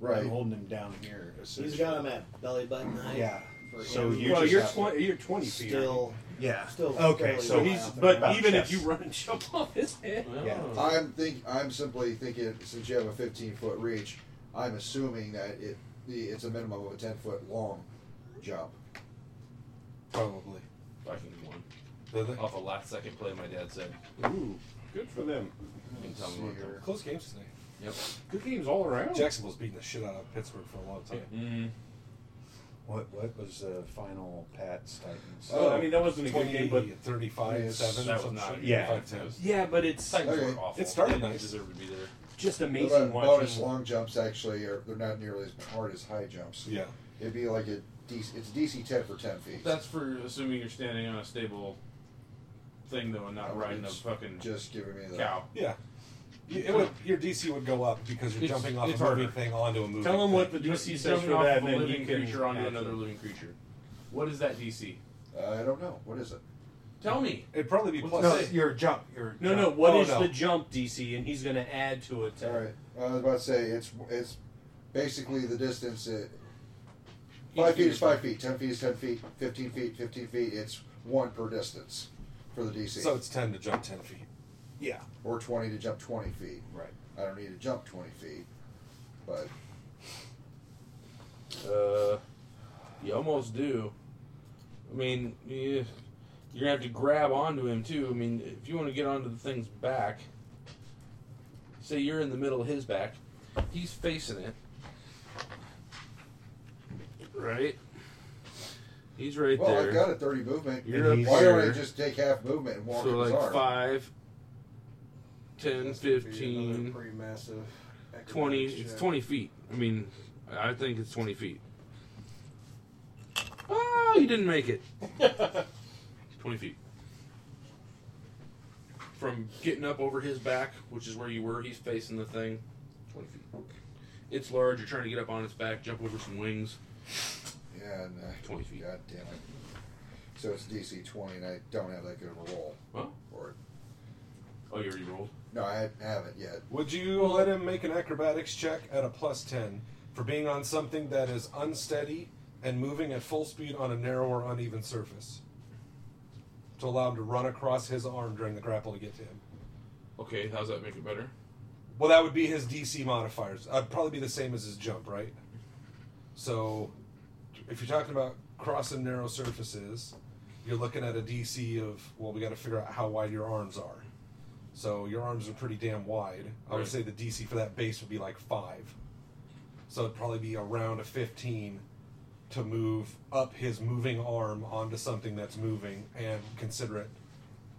Right.
I'm holding him down here.
He's got him at belly button height.
Yeah.
for
So
him.
you
Oh,
Well, just you're have to-
Twen- you're 20 feet.
Still.
Yeah.
Still
Okay,
fairly
so
wide
he's-
out there.
But
About
even
chest.
if you run and jump off his head,
I'm think I'm simply thinking since you have a 15 foot reach, I'm assuming that it the it's a minimum of a 10 foot long jump.
Probably.
I can do one.
Did they?
Oh. Off a last second play, my dad said.
Ooh, good for them.
You can tell me what they're-
Close games today.
Yep.
Good games all around. Jacksonville's beating the shit out of Pittsburgh for a long time.
What what was the final Pats Titans?
Oh, I mean, that wasn't a good game, but 35
Yes.
7
That
or
was
something.
not a good
yeah.
game. That was-
yeah, but it's
Titans were
awful. It started
They didn't
nice.
deserve to be there. Just
But
amazing
Bonus
watching.
long jumps actually are they're not nearly as hard as high jumps.
Yeah.
It'd be like a DC, it's DC 10 for 10 feet.
That's for assuming you're standing on a stable thing, though, and not riding
Uh,
a
Oh, It's
fucking
just uh, giving me the
cow.
Yeah. You- it would- your DC would go up because you're
It's-
jumping off a
it's
moving
harder.
thing onto a moving
Tell him
thing.
what the
You're
DC says
jumping
for
off
that,
of
and
a
then
living
you can
creature onto
add
another
to it.
living creature. What is that DC?
I don't know. What is it?
Tell me.
It'd probably be
What's
plus.
it
No,
say?
your jump. Your
No, no.
jump.
What
Oh,
is
no.
the jump DC? And he's going to add to it.
All right. I was about to say it's it's basically the distance. It,
Each
five feet
feet
is
is
five feet. Ten feet is ten feet. Fifteen feet, fifteen feet. It's one per distance for the DC,
So it's 10 to jump 10 feet. Yeah.
or twenty to jump twenty feet.
Right.
I don't need to jump twenty feet, but
Uh, you almost do. I mean, you, you're gonna have to grab onto him too. I mean, if you want to get onto the thing's back, say you're in the middle of his back, he's facing it, right? He's right
well,
there.
I've got a thirty movement.
You're up
Why don't I
here.
just take half movement and walk
So
in his
like
arm?
five, ten,
That's gonna be another
fifteen,
Pretty massive. acrobatics
20 it's
check.
20 feet i mean i think it's 20 feet oh you didn't make it 20 feet from getting up over his back which is where you were he's facing the thing 20 feet it's large you're trying to get up on its back jump over some wings
Yeah, and, uh,
20 feet.
God damn it. So it's DC 20, and I don't have that good of a roll.
Well.
Or,
oh you already rolled
no, I haven't- haven't yet.
Would you let him make an acrobatics check at a plus 10 for being on something that is unsteady and moving at full speed on a narrow or uneven surface? To allow him to run across his arm during the grapple to get to him.
okay how's that make it better
Well, that would be his DC modifiers. That'd probably be the same as his jump, right? So, if you're talking about crossing narrow surfaces, you're looking at a DC of well, we got to figure out how wide your arms are. So your arms are pretty damn wide. I would
Right.
say the DC for that base would be like five. So it'd probably be around a fifteen to move up his moving arm onto something that's moving and consider it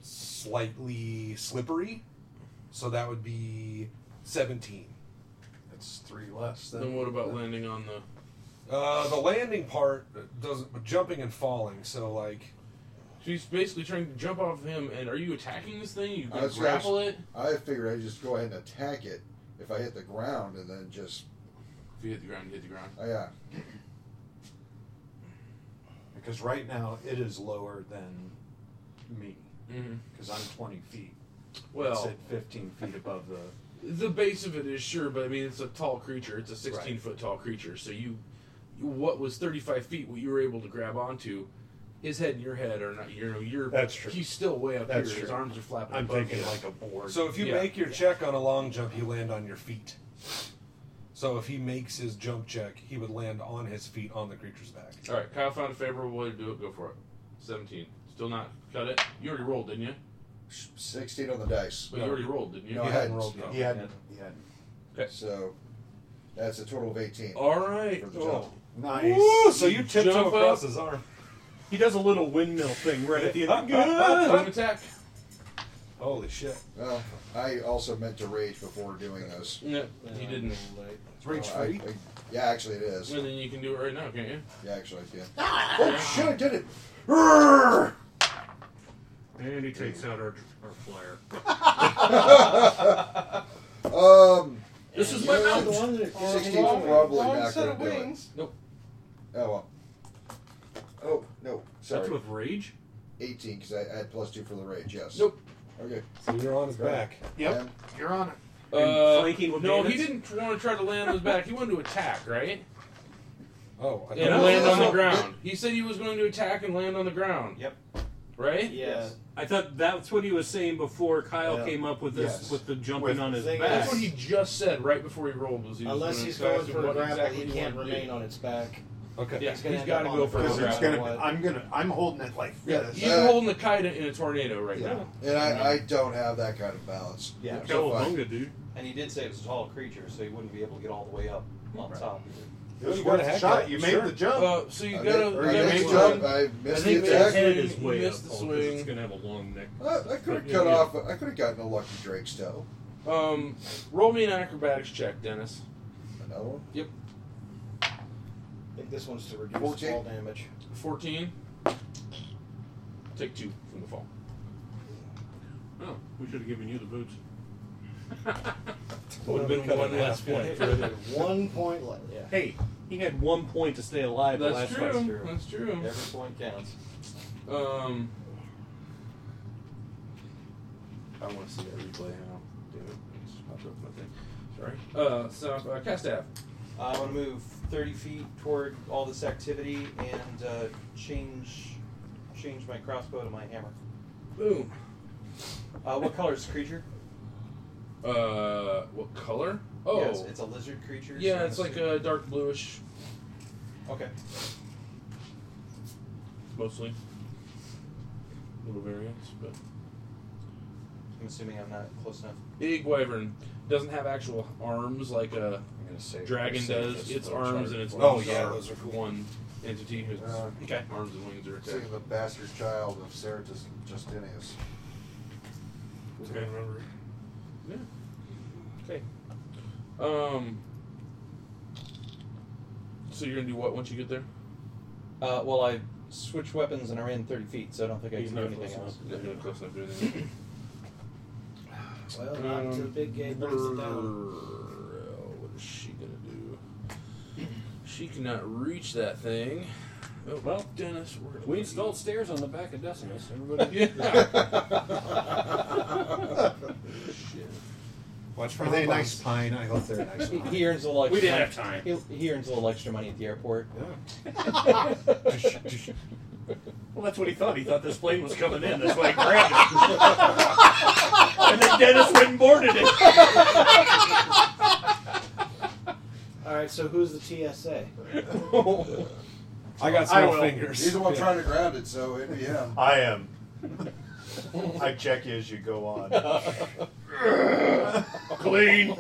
slightly slippery. So that would be 17.
That's three less. Than,
then what about landing on the
Uh, the landing part doesn't, but jumping and falling. So like,
so he's basically trying to jump off of him and are you attacking this thing you
I was gonna-
grapple it
I figured I'd just go ahead and attack it if I hit the ground, and then just,
if you hit the ground you hit the ground
oh, yeah.
Because right now it is lower than me.
mm-hmm.
Because I'm 20 feet.
Well-
it's at 15 feet above the
The base of it is sure, but I mean it's a tall creature. It's a 16 foot tall creature. So you, you- what was 35 feet, what you were able to grab onto, his head and your head are not. You know, you're.
That's true.
He's still way up
That's
here. His
true.
arms are flapping.
I'm
above
thinking
you.
like a board. So if you make your check on a long jump, you land on your feet. So if he makes his jump check, he would land on his feet on the creature's back.
All right, Kyle found a favorable way to do it. Go for it. 17. Still not cut it. You already rolled, didn't you?
16 on the dice.
But you already rolled, didn't you?
No, I hadn't rolled.
no.
He hadn't. He hadn't. So that's a total of 18.
All right.
for the
Oh.
jump.
Nice. Woo, so you tipped him
Jump
across
up.
his arm.
He does a little windmill thing right at the end.
Good. attack.
Holy shit.
Well, Oh, I also meant to rage before doing this.
No, you didn't. It's
rage
Oh,
free? yeah, actually it is.
And then you can do it right now, can't you?
Yeah, actually I can.
Ah!
oh shit, I did it!
And he takes out our, our flyer.
um,
This is
you
my
know,
mountain.
the
one
that-
that-
16
long-
probably
long
not
set
gonna
of
do it.
wings.
Nope.
Oh well. Oh no, sorry.
with rage.
18 because I, I had plus two for the rage. Yes.
Nope.
Okay.
So you're on his
back.
Yep.
And
You're on it.
And
Uh,
flanking with
no, he
bandits?
didn't want to try to land on his back. He wanted to attack, right?
Oh,
And land on the ground. He said he was going to attack and land on the ground.
Yep.
Right?
I thought that's what he was saying before Kyle
Yeah.
came up with this
Yes.
with the jumping on his back.
That's what he just said right before he rolled. Was he was
Unless
gonna
he's
attack
going
and
for a
what
grapple,
exactly
he
he
can't
wanted to
remain
do.
on its back.
Okay.
Yeah,
he's gonna
he's
end up
got to
on
go
the
for a
ground.
grapple.
I'm gonna. I'm holding it like
Yeah,
this.
he's holding the kite in a tornado right now.
uh, And I, I don't have that kind of balance.
Yeah.
So fine.
dude.
And he did say it was a tall creature, so he wouldn't be able to get all the way up on top.
It was worth a shot. You made the jump.
Uh, so you
I
gotta.
made- or you
gotta
made
swing.
jump, I missed
think
the
you
attack.
missed
Head is
the
way up,
swing.
Paul,
Oh, 'cause it's gonna have a long neck.
I, Uh, I could have cut off. I could have gotten a lucky Drake's tail.
Um, roll me an acrobatics check, Dennis.
Another one.
Yep.
I think this one's to reduce
14?
fall damage.
Fourteen. Take two from the fall.
Oh, we should have given you the boots.
Would have been one less point.
one point left. Yeah.
Hey, he had one point to stay alive the
That's
last fight.
true. That's true.
Every point counts.
Um, I want to see that replay now. Damn it! I just popped up my thing. Sorry. Uh, so uh, cast staff.
Uh, I want to move 30 feet toward all this activity and uh, change change my crossbow to my hammer.
Boom.
Uh, what color is the creature?
Uh, what color? Oh,
Yeah, it's, it's a lizard creature. so
Yeah,
I'm
it's like
assuming-
a dark bluish,
Okay.
mostly. Little variants, but
I'm assuming I'm not close enough.
big wyvern doesn't have actual arms like a
save-
dragon
I'm gonna save
does.
this
Its
little
arms and
chart.
its
Oh,
wings
yeah,
are
those are cool.
one entity whose
Uh,
okay.
arms and wings are
See
attached.
the bastard child of Certus Justinius.
Okay. Yeah. Okay. Um. So you're gonna do what once you get there?
Uh, well, I switched weapons and I ran 30 feet, so I don't think I
He's
can do
not
anything
close enough.
else.
Yeah, you're not close enough to anything. Um,
Well, not until the big gate brings it down.
uh, What is she gonna do? She cannot reach that thing. Oh, well, Dennis, we're gonna
We
leave.
installed stairs on the back of Decimus. Everybody.
Shit.
Watch for they nice pine. I hope they're nice.
He,
Pine.
he earns a little extra
We didn't
money.
have time.
He, he earns a little extra money at the airport.
Well, that's what he thought. He thought this plane was coming in. That's why he grabbed it. and then Dennis went and boarded
All right, so who's the TSA?
it.
I got
I
small
will.
fingers.
He's the one
Yeah.
trying to grab it, so it'd be him.
I am. I check you as you go on.
Clean.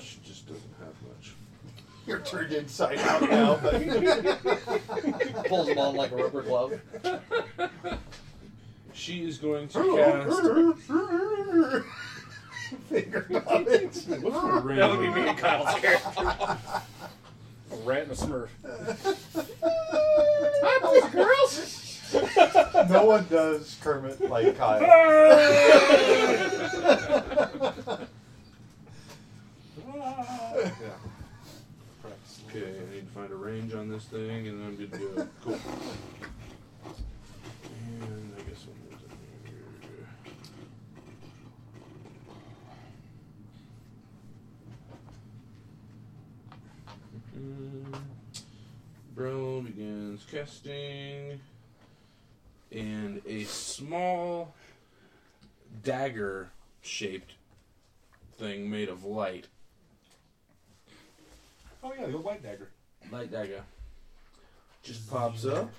She just doesn't have much.
You're turned inside out now, but
Pulls him on like a rubber glove.
She is going to cast.
finger knowledge.
that would be me and Kyle's character. A rat and a smurf.
Hi, boys girls. no one does Kermit like Kyle.
Okay, I need to find a range on this thing, and I'm good to go. Cool. And I guess one goes in here. Bro Mm-hmm. begins casting, and a small dagger-shaped thing made of light
Oh yeah, the old white dagger.
Light dagger. Just pops up.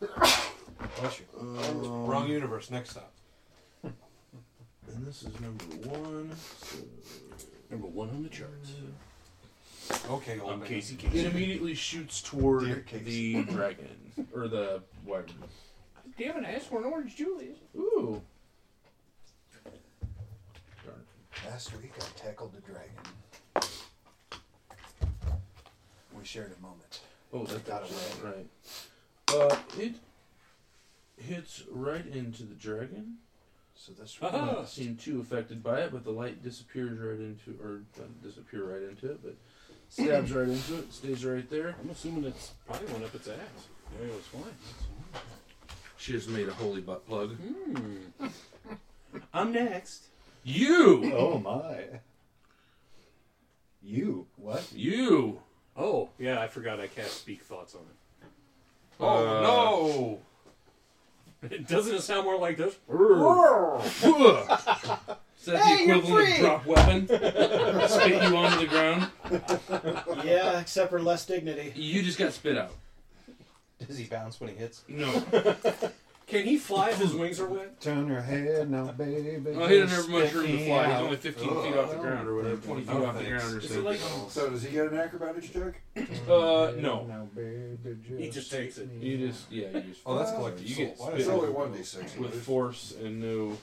Bless you.
Um,
Wrong universe. Next stop.
And this is number one.
Number one on the charts.
Okay, old
I'm
man.
Casey
It
Casey.
immediately shoots toward
Casey.
the dragon or the wyvern.
Damn it, I asked for an orange Julius.
Ooh.
Last week I tackled the dragon. We shared a moment.
Oh, that
got
got
away.
Right. Uh, it hits right into the dragon.
So this
does
Ah.
not seem too affected by it, but the light disappears right into, or not disappear right into it, but stabs right into it, stays right there. I'm assuming it's
Probably went up its ass. Yeah, it was fine.
She has made a holy butt plug. Hmm.
I'm next.
You.
Oh my. You what?
You.
Oh yeah, I forgot I cast speak thoughts on it.
Uh.
Oh,
no! Doesn't it sound more like this?
Is that the equivalent of drop weapon? Spit you onto the ground.
yeah, except for less dignity.
You just got spit out.
Does he bounce when he hits?
No.
Can he fly if his wings are wet?
Turn your head now, baby.
Oh, he doesn't have much room to fly. He's only 15 feet off the ground or whatever, 20
Oh,
feet off the ground or something.
so does he get an acrobatics check?
Uh, no.
He just takes it.
You just, yeah, you just.
Oh, that's
collected.
collective soul.
You get
Why
spit
is it only
with-
1d6?
with force and no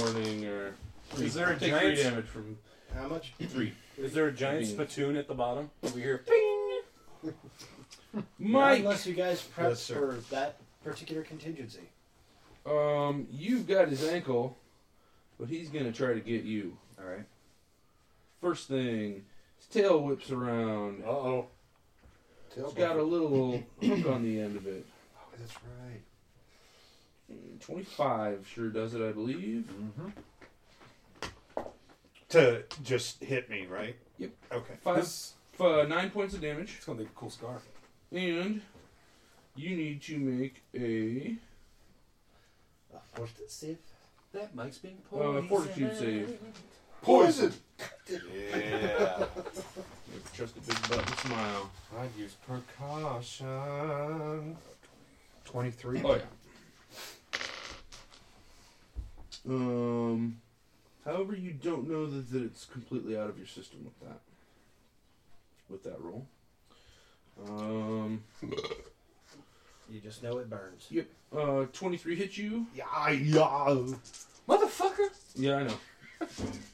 warning or.
Is there a
Take
giant
three damage from
how much?
Three.
Is there a giant
Beans.
spittoon at the bottom over here?
Mike! Unless you guys prep
Yes,
for
sir.
that particular contingency.
Um, you've got his ankle, but he's gonna try to get you. All right. First thing, his tail whips around. Uh oh. It's got a little hook on the end of it.
Oh, that's right.
Twenty-five sure does it, I believe. Mm-hmm.
To just hit me, right?
Yep.
Okay.
Five, f- uh, nine points of damage. It's
gonna make a cool scarf.
And you need to make a
Fortitude
That Mike's being
uh,
poisoned.
fortitude save.
Poison!
Yeah. Trust a big button smile.
I'd use percussion.
23.
Oh, yeah. Um. However, you don't know that, that it's completely out of your system with that. With that roll. Um.
You just know it burns.
Yep. Uh, twenty-three hit you.
Yeah,
yeah.
Motherfucker!
Yeah, I know.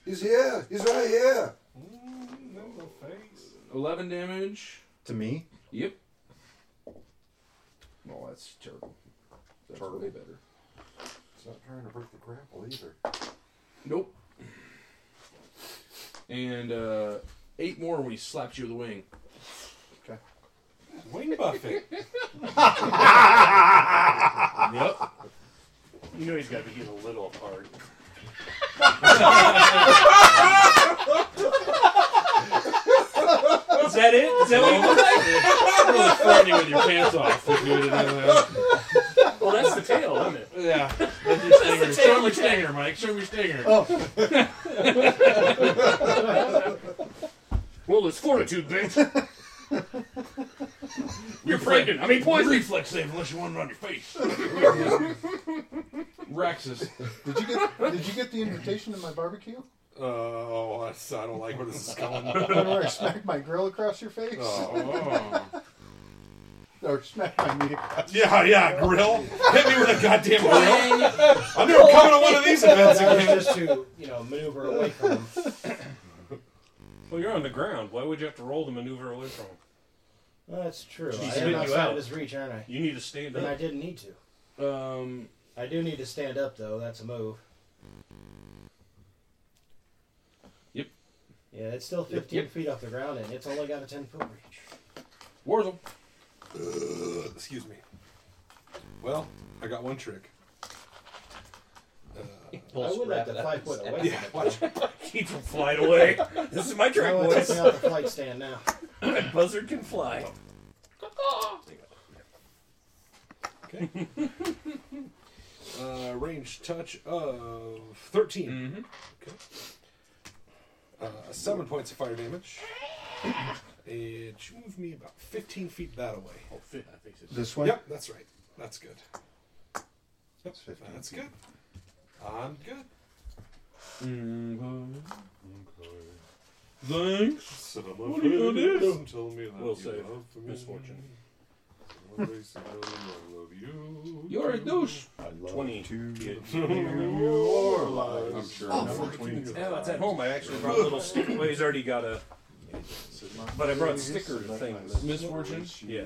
He's here. He's right here.
Eleven damage.
To me?
Yep. Oh, that's terrible. That's way better.
It's not trying to break the grapple either.
Nope. And uh, eight more when he slaps you with a wing. Okay.
Wing buffing.
yep.
You know he's got to be getting a little apart.
Is that it? Is that what you like? Friday with your pants off. well, that's the tail, isn't it?
Yeah. That's
That's
your stinger.
the
Show
tail
him your
attack.
stinger, Mike. Show him your stinger.
Roll his fortitude, bitch. You're pregnant. I mean, poison.
Reflex save unless you want to run your face. Raxus.
Did you get Did you get the invitation to my barbecue?
Uh, oh, I s- I don't like where this is going.
Remember I smacked my grill across your face?
Oh.
or smacked my meat across
Yeah, yeah, grill. Hit me with a goddamn grill. I'm never coming to one of these events
That was
again.
just to, you know, maneuver away from him.
Well, you're on the ground. Why would you have to roll to maneuver away from him?
That's true.
She
I
spit
am
you
outside
out.
of his reach, aren't I?
You need to stand
And I
up.
didn't need to.
Um,
I do need to stand up, though. That's a move.
Yep.
Yeah, it's still 15 feet off the ground, and it's only got a 10 foot reach.
Warzel.
Excuse me. Well, I got one trick. Uh,
I would like to fly foot away.
Yeah, watch. Keep from flying away. This is my trick,
I
boys.
out the flight stand now.
My buzzard can fly.
Okay. uh, range touch of 13. Okay. Uh, seven points of fire damage. It moved me about 15 feet that way. Oh, fit, I think
This way?
Yep, that's right. That's good. Yep, that's good. I'm good.
Thanks.
Son of a
What are you gonna do?
bitch, Don't tell me that
We'll
you
save
love me.
misfortune.
Always tell me I love you.
You're a douche.
I love
20.
your lies.
I'm sure.
Oh,
No,
fuck.
it's- yeah, that's at home. I actually brought little stickers. Well, he's already got a. But I brought sticker things.
Misfortune?
Yeah.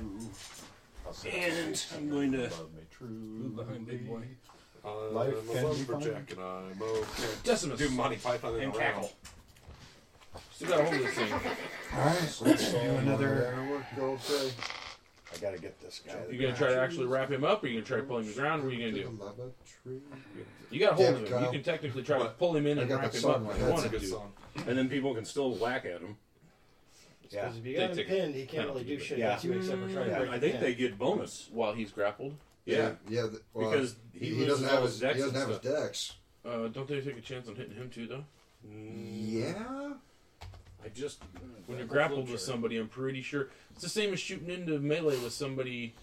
And I'm going to move behind Big Boy.
Uh,
I'm
Life
a
can be
lumberjack and I'm okay.
Decimus.
Do Monty Python in
And
a
cackle.
round.
Still got a hold of this thing.
Alright, so let's do another.
I gotta get this guy.
You gonna try to actually wrap him up, or you gonna try to pull him to the ground? What are you gonna do? You got hold
Damn
of
it,
him. You
Kyle.
can technically try to pull him in
I
and
got
wrap
the
him
song
up
right.
if you
That's a
wanted
good
to.
song.
And then people can still whack at him.
Yeah.
If you got him pinned, he can't really do shit against you except for trying to break
I
him
think
in.
they get bonus.
While he's grappled?
Yeah.
Yeah, th- well,
because
he-
he,
he
loses
doesn't have
all
his-
his decks.
he doesn't
and
have his
stuff.
decks.
Uh, don't they take a chance on hitting him too, though?
Yeah.
I just
When you're grappled with somebody, I'm pretty sure it's the same as shooting into melee with somebody.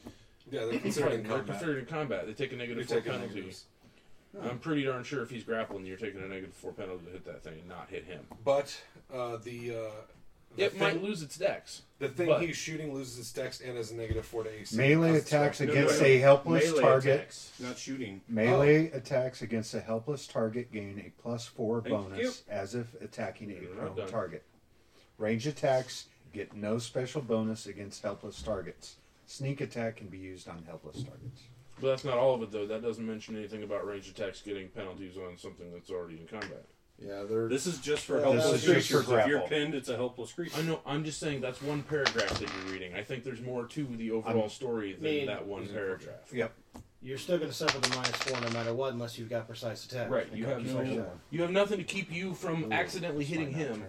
Yeah, they're considered in
Right, they're
combat.
considered in combat. They take a negative
You
four
take a
penalty.
negatives.
I'm pretty darn sure if he's grappling, you're taking a negative four penalty to hit that thing and not hit him.
But uh, the. Uh, the
It might
thing-
lose its dex.
The thing
but-
he's shooting loses its dex and has a negative 4 to AC.
Melee
That's
attacks
correct.
against a helpless
Melee
target.
attacks, not shooting.
Melee
Oh.
attacks against a helpless target gain a plus four
Thank
bonus as if attacking a prone
done.
target. Range attacks get no special bonus against helpless targets. Sneak attack can be used on helpless targets.
But that's not all of it, though. That doesn't mention anything about ranged attacks getting penalties on something that's already in combat.
Yeah, they're.
This is just for
This
helpless
is just for
creatures. If you're
grapple.
pinned, it's a helpless creature.
I know. I'm just saying that's one paragraph that you're reading. I think there's more to the overall
I'm-
story than
Mean-
that
Mm-hmm.
one paragraph.
Yep.
You're still going to suffer the minus four no matter what, unless you've got precise attack.
Right. You have no. You have nothing to keep you from accidentally hitting him,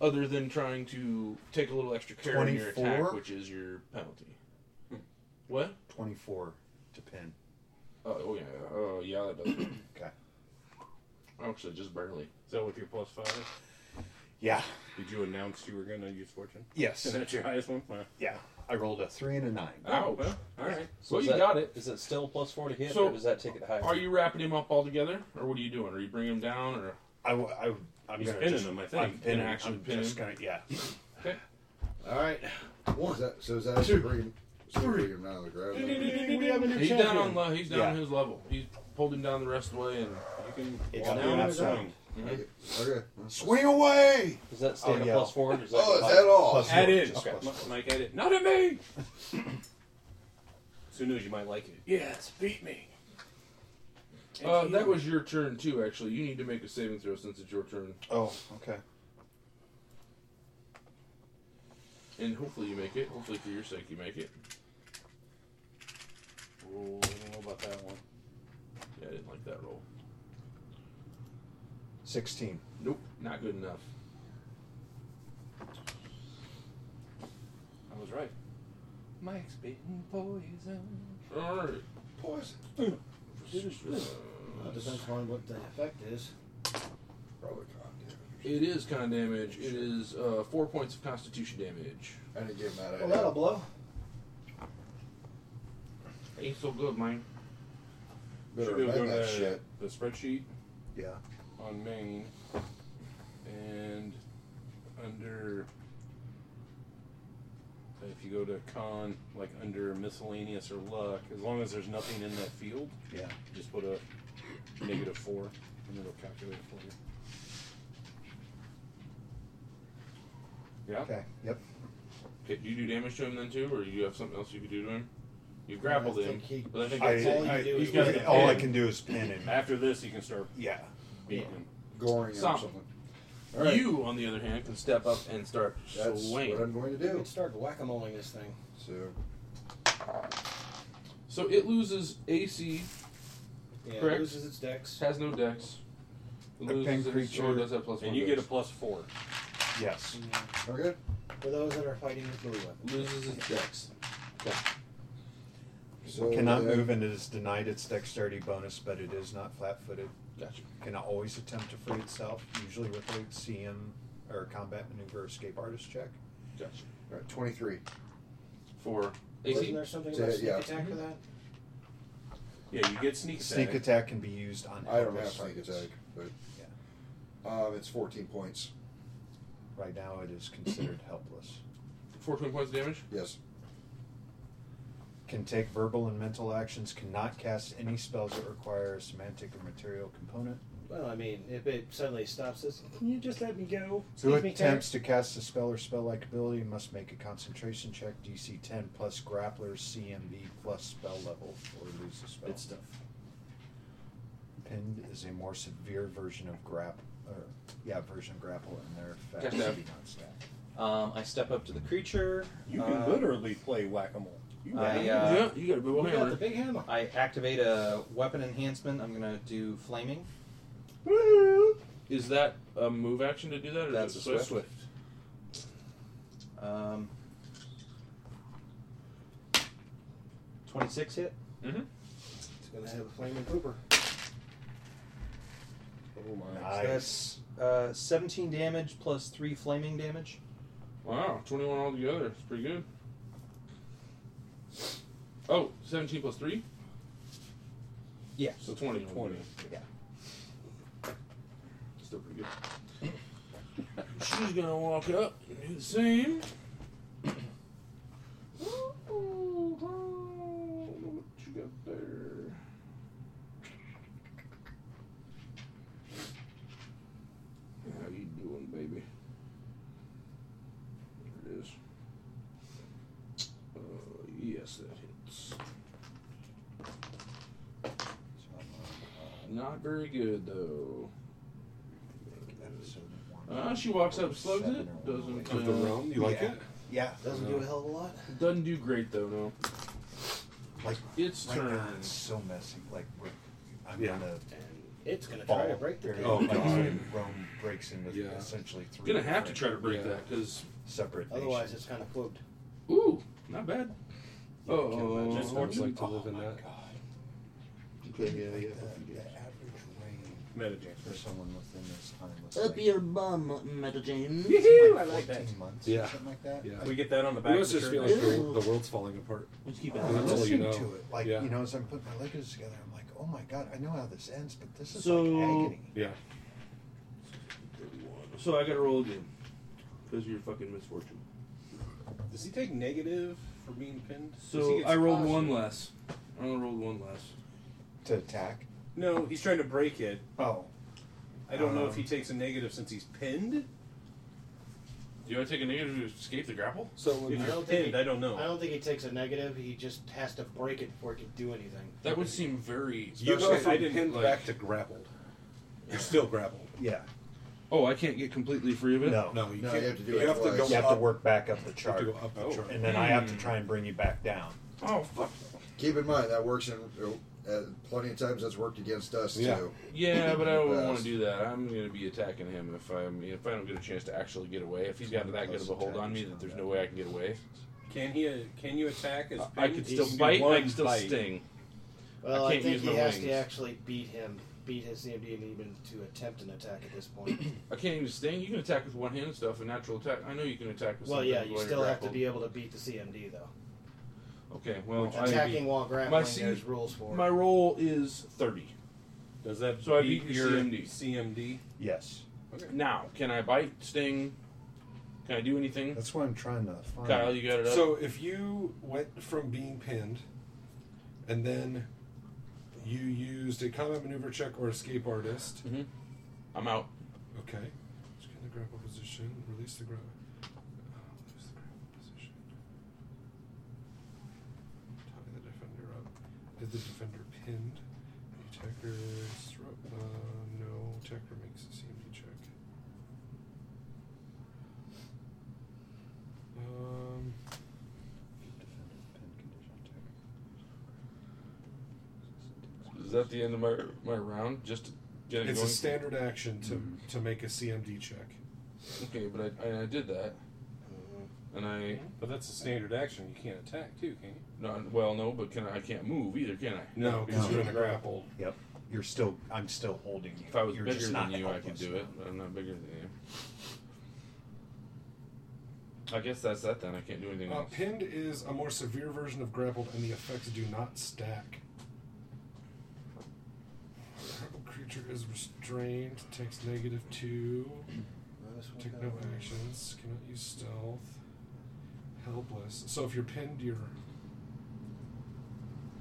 other than trying to take a little extra care in your attack,
24?
which is your penalty. What?
Twenty-four to pin.
Oh, oh yeah. Oh yeah. That does.
okay.
Actually, Oh, just barely.
Is that with your plus five?
Yeah.
Did you announce you were going to use fortune?
Yes.
Is that your highest one? Wow.
Yeah. I rolled a three and a nine.
Oh, well, all right. well, you got it. Is it still plus four to hit,
or does
that take it higher? Are you wrapping him up all together, or what are you doing? Are you bringing him down, or?
I, w- I, w- I'm
He's
gonna
pinning
just-
him, I think.
I'm pinning.
Gonna actually
I'm
pin
just
him.
gonna- yeah.
Okay.
All right. Is that, so is that two, bring, so bring him out of the ground?
He's down on le- he's down on his level. He's pulled him down the rest of the way, and you can.
It's
walk
now
in
or
and
down.
swing. Mhm.
Okay.
Swing away!
Does that
stay
stay
at a
at
yeah.
plus
plus
four?
four?
Is
Does
that
that
Oh, is that all?
Plus
Add
four,
in.
just
Okay.
plus
M- Mike, add it. Not at me! Soon as you might like it. Yes, beat me.
Uh, that was your turn too. Actually, you need to make a saving throw since it's your turn,
Oh, okay.
and hopefully you make it. Hopefully, for your sake, you make it.
Oh, I don't know about that one.
Yeah, I didn't like that roll.
Sixteen.
Nope, not good enough.
I was right. Mike's bitten poison.
All right.
Poison.
uh,
Well, it depends on what the effect is.
Probably
It is con damage. It is uh, four points of Constitution damage.
I didn't give him that.
Well, that'll blow.
Ain't so good, man.
Better
Should be able to go
amend
to
that
the,
uh,
shit.
the spreadsheet
Yeah.
on main and under. If you go to con, like under miscellaneous or luck, as long as there's nothing in that field,
Yeah.
just put a negative four and it'll calculate it for you.
Yeah.
Okay. Yep.
Okay, do you do damage to him then too, or do you have something else you could do to him? You grappled him, but I think
I-
that's it.
I-
He's
all
gotta get
I
pinned.
can do is pin him.
After this, you can start
Yeah.
beating him.
Goring him or
Some.
something. All right.
You, on the other hand, can step up and start
That's what I'm
swinging.
going to
We
do.
could start whack-a-moling this thing.
So
So it loses AC,
Yeah, it
correct?
loses its dex.
Has no dex. The
pen
pink creature
creature.
does have plus one.
And you get a
dice.
plus four.
Yes.
We're good.
For those that are fighting with melee weapons.
Loses his dex.
So
Cannot
uh,
move and is denied its dexterity bonus, but it is not flat-footed.
Gotcha.
Can always attempt to free itself, usually with a CM or combat maneuver escape artist check.
Gotcha.
All right, twenty-three.
Four.
Wasn't there something
To-
about sneak
yeah.
attack for that?
Yeah, you get sneak
Sneak
attack.
attack can be used on.
I don't have
helpless
sneak
targets.
attack, but um, it's fourteen points.
Right now, it is considered helpless.
Fourteen points of damage.
Yes.
Can take verbal and mental actions. Cannot cast any spells that require a semantic or material component.
Well, I mean, if it suddenly stops us, can you just let me go?
Who
Excuse me,
attempts to cast a spell or spell-like ability must make a concentration check DC 10 plus grappler's CMB plus spell level or lose the spell.
Good stuff.
Pinned is a more severe version of grapple, or yeah, version of grapple, and their effects
Gotcha.
do not stack.
Um, I step up to the creature.
You can
Uh,
literally play whack a mole. You
I, uh,
yeah, you got a
You
big
got
hammer.
the big hammer. I activate a weapon enhancement. I'm gonna do flaming.
Is that a move action to do that, or
That's
is it
a swift.
swift?
Um, Twenty-six hit.
Mm-hmm.
It's gonna have a flaming pooper.
Oh my.
So that's uh, seventeen damage plus three flaming damage.
Wow, 21 altogether. It's pretty good. Oh, 17 plus 3?
Yeah.
So 20.
20.
Yeah.
Still pretty good. She's going to walk up and do the same. What you got there? How you doing, baby? There it is. Uh, yes, that hits.
uh,
Not very good though. Uh, she walks up, slugs it. Doesn't
Of the
uh,
realm, you like
Yeah.
it?
Yeah.
Doesn't do a hell of a lot.
Doesn't do great though. No.
Like
It's
right
turn.
now, it's so messy. Like we're, I'm
Yeah.
gonna.
It's gonna
fall
try to break the
very-
thing.
Oh,
like,
God.
Rome breaks into
Yeah.
essentially three.
Gonna have to
different
try to break
Yeah.
that because
separate.
Otherwise,
nations.
it's kind of pooped.
ooh, not
Yeah, I
bad.
can't
Oh,
imagine
Just
what
what
it's
it's like to
oh
live in
my
that.
God.
Okay, yeah, yeah.
The, the average range
Metagame.
for someone within this time was
Up
like,
your bum, Metal James.
Woohoo, I
Like,
like 14 months
Yeah.
or something like that.
Yeah.
Like,
We get that on the back.
We
of
must
the
just
shirt.
feel like
the, the world's falling apart.
Let's keep it.
I'm
That's all you
listening
know.
to it. Like,
yeah.
you know, as I'm putting my legs together, I'm like, oh my God, I know how this ends, but this is
So-
like agony.
Yeah.
So I gotta roll again because of your fucking misfortune.
Does he take negative for being pinned? 'Cause he
So
gets
I rolled
positive.
one less. I only rolled one less.
To attack.
No, he's trying to break it.
Oh.
I don't know if
Um,
he
Uh-huh.
takes a negative since he's pinned.
Do I take a negative to escape the grapple?
So when
I
you're
don't think he-
pinned, I don't know.
I don't think he takes a negative. He just has to break it before it can do anything.
That would seem very.
you go
especially if
from
I didn't,
pinned
like-
back to grappled. You're still grappled.
Yeah.
Oh, I can't get completely free of it.
No.
No, you
No,
can't.
you have to do
you
it
have to
twice.
go
You have
up.
to work back up the
You have
chart.
to go up the
Oh.
chart.
And then I have to try and bring you back down.
Oh fuck.
Keep in mind that works in uh, plenty of times. That's worked against us
Yeah.
too.
Yeah, but I don't want to
Yes.
do that. I'm going to be attacking him if I'm if I don't get a chance to actually get away. If he's got that good of a hold on me that there's no way I can get away,
Can he? uh, Can you attack? As
I
pinned?
could
You
still
do
bite. I
one
could still
bite.
sting.
Well,
I
I,
can't
think
use
he
my
has to
wings.
actually beat him, beat his CMD, and even to attempt an attack at this point.
I can't even sting. You can attack with one hand and stuff. A natural attack. I know you can attack with.
well,
something
yeah, you
while you're
still have to
grappled.
be able to beat the CMD though.
Okay. Well, I
Attacking
beat-
while grappling,
My C-
there's rules for.
My
it.
roll is thirty.
Does that?
So I
beat
beat
your
your CMD.
CMD.
Yes.
Now, can I bite, sting? Can I do anything?
That's what I'm trying to find.
Kyle, you got it up.
So if you went from being pinned, and then you used a combat maneuver check or escape artist.
Mm-hmm. I'm out.
Okay. Just get in the grapple position. Release the grapple. Release the grapple position. Tie the defender up. Is the defender pinned? The attacker is throw. Uh, no. Attacker makes a CMD check. Um.
Is that the end of my my round? Just
Getting
it's a
going-
standard action to Mm-hmm. to make a CMD check.
Okay, but I, I did that. And I.
But that's a standard action. You can't attack too, can you?
No, well, no, but can I, I can't move either, can I?
No, because you're in a grapple.
Yep.
You're still. I'm still holding you.
If I was
You're
bigger
just
than
not
you, I could
helpless.
do it. But I'm not bigger than you. I guess that's that then. I can't do anything
Oh,
Uh,
else.
pinned is a more severe version of grappled, and the effects do not stack. Grappled creature is restrained, takes negative two, take no actions, cannot use stealth, helpless. So if you're pinned, you're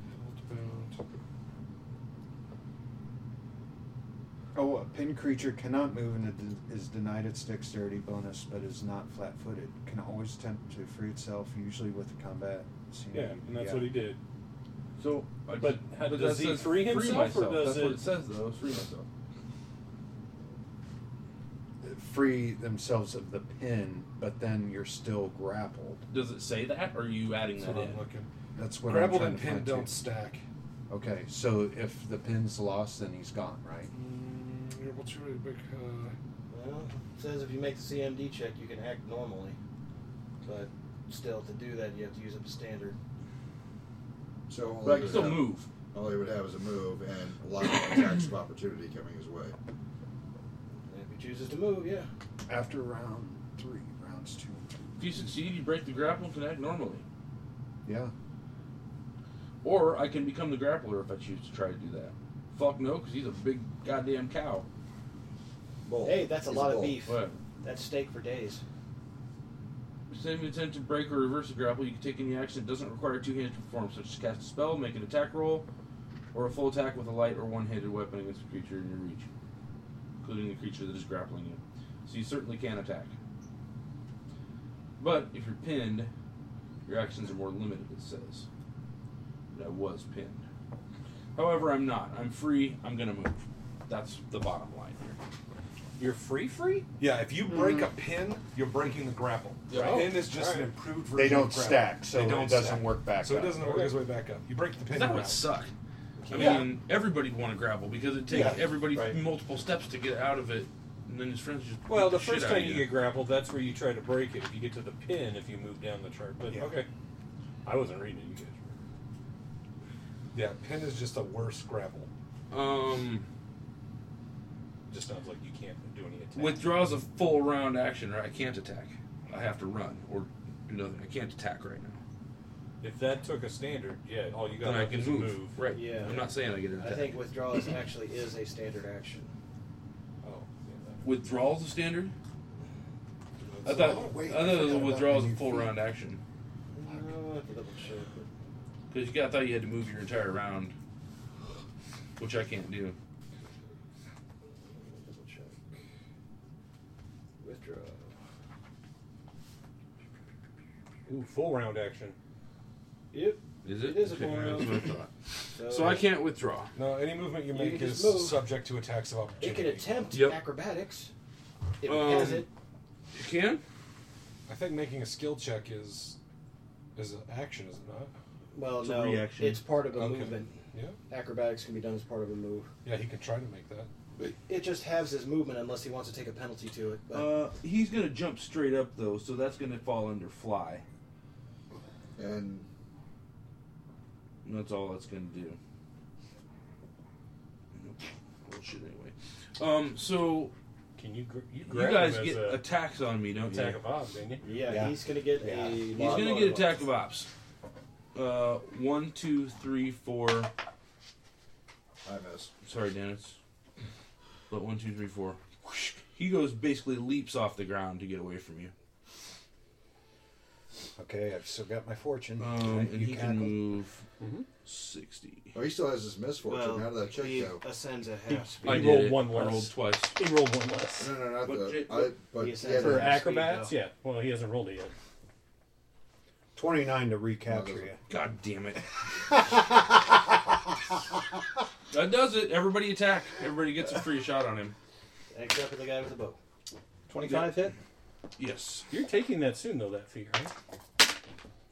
held bound.
Oh, a pin creature cannot move and it is denied its dexterity bonus, but is not flat-footed. Can always attempt to free itself, usually with a combat. CMD.
Yeah, and that's what he did.
So,
but, how,
But
does
that
he
says
free himself
myself.
or does
that's what it says though. It's free myself.
Free themselves of the pin, but then you're still grappled.
Does it say that, or are you adding
That's
that
what
in?
I'm looking. That's what
Grappled
I'm trying
and
to
pinned
find, too.
don't stack.
Okay, so if the pin's lost, then he's gone, right?
Mm, You're able to really big. Uh,
Well, it says if you make the CMD check, you can act normally. But still, to do that, you have to use up a standard.
So all he
But I can
would
still
have-
move.
All he would have is a move and a lot of attacks of opportunity coming his way.
If he chooses to move, yeah.
After round three, rounds two and three.
If you succeed, you break the grapple and can act normally.
Yeah.
Or I can become the grappler if I choose to try to do that. Fuck no, because he's a big goddamn cow.
Oh,
Hey, that's a lot of beef.
What?
That's steak for days.
Same attempt to break or reverse a grapple, you can take any action that doesn't require two hands to perform, such as cast a spell, make an attack roll, or a full attack with a light or one handed weapon against a creature in your reach, including the creature that is grappling you. So you certainly can attack. But if you're pinned, your actions are more limited, it says. But I was pinned. However, I'm not. I'm free. I'm going to move. That's the bottom line here. You're free, free?
Yeah, if you break
Mm.
a pin, you're breaking the grapple.
Yeah.
The
Oh,
pin is just
alright.
an improved version.
They don't
of grapple.
stack, so
They
it
don't
doesn't
stack.
work back
So
up.
it doesn't work
Okay.
its way back up. You break the pin.
That
grapple.
would suck. I
Yeah.
mean, everybody would want to grapple because it takes
Yeah,
everybody
right.
multiple steps to get out of it, and then his friends just beat
Well, the
shit
first
out of
time you get grappled, that's where you try to break it. If you get to the pin, if you move down the chart. But
Yeah.
okay, I wasn't reading it. You guys.
Yeah, pin is just a worse grapple.
Um,
just sounds like you can't do any attack.
withdraws a full round action, or I can't attack. I have to run or do nothing. I can't attack right now.
If that took a standard, yeah, all you got
Then I
left
can
is
move.
move.
Right. I'm not saying I get an
I
attack.
think withdrawals actually is a standard action.
Oh.
Withdrawals a standard. I
That's a
thought
lot.
I
Wait, I
thought
forgot
the
about
withdrawal is
my
a
new
full
feat.
round action
No, I have to double check.
because you got I thought you had to move your entire round, which I can't do.
Double check. Withdraw.
Ooh, full round action.
Yep.
Is
It is a full
that's
round.
what I thought.
So,
can't withdraw.
No, any movement you
You
make
can
is
just move.
subject to attacks of opportunity.
It can attempt acrobatics. If
Um,
it has it.
You can.
I think making a skill check is is an action, is it not?
Well,
It's a
no.
reaction.
It's part of a
Okay.
movement.
Yeah.
Acrobatics can be done as part of a move.
Yeah, he can try to make that.
It just halves his movement unless he wants to take a penalty to it. But
Uh, he's gonna jump straight up though, so that's gonna fall under fly.
And
And that's all that's gonna do. Nope. Bullshit anyway. Um, so
can you gr- you,
you
grab
guys
him as
get
a-
attacks on me, don't
attack
you?
of ops, didn't you?
Yeah, he's gonna get a.
He's gonna get attack of ops. Uh, one, two, three, four.
I miss.
Sorry, Dennis. But one, two, three, four. Whoosh. He goes basically leaps off the ground to get away from you.
Okay, I've still got my fortune.
Um,
Right,
and
you
he can
cackled.
move sixty.
oh, he still has his misfortune.
Well,
How did that check
he
go?
ascends at half speed.
I
He
did
rolled
it.
one
I
less.
rolled twice.
He rolled one less.
Uh,
No, no, not
But
the.
it-
I, but
he
he
ascends
had
for
his-
acrobats, yeah. Well, he hasn't rolled it yet.
29 to recapture you.
God damn it. that does it. Everybody attack. Everybody gets a free shot on him.
Except for the guy with the bow.
25
hit?
Yes.
You're taking that soon, though, that fee, right?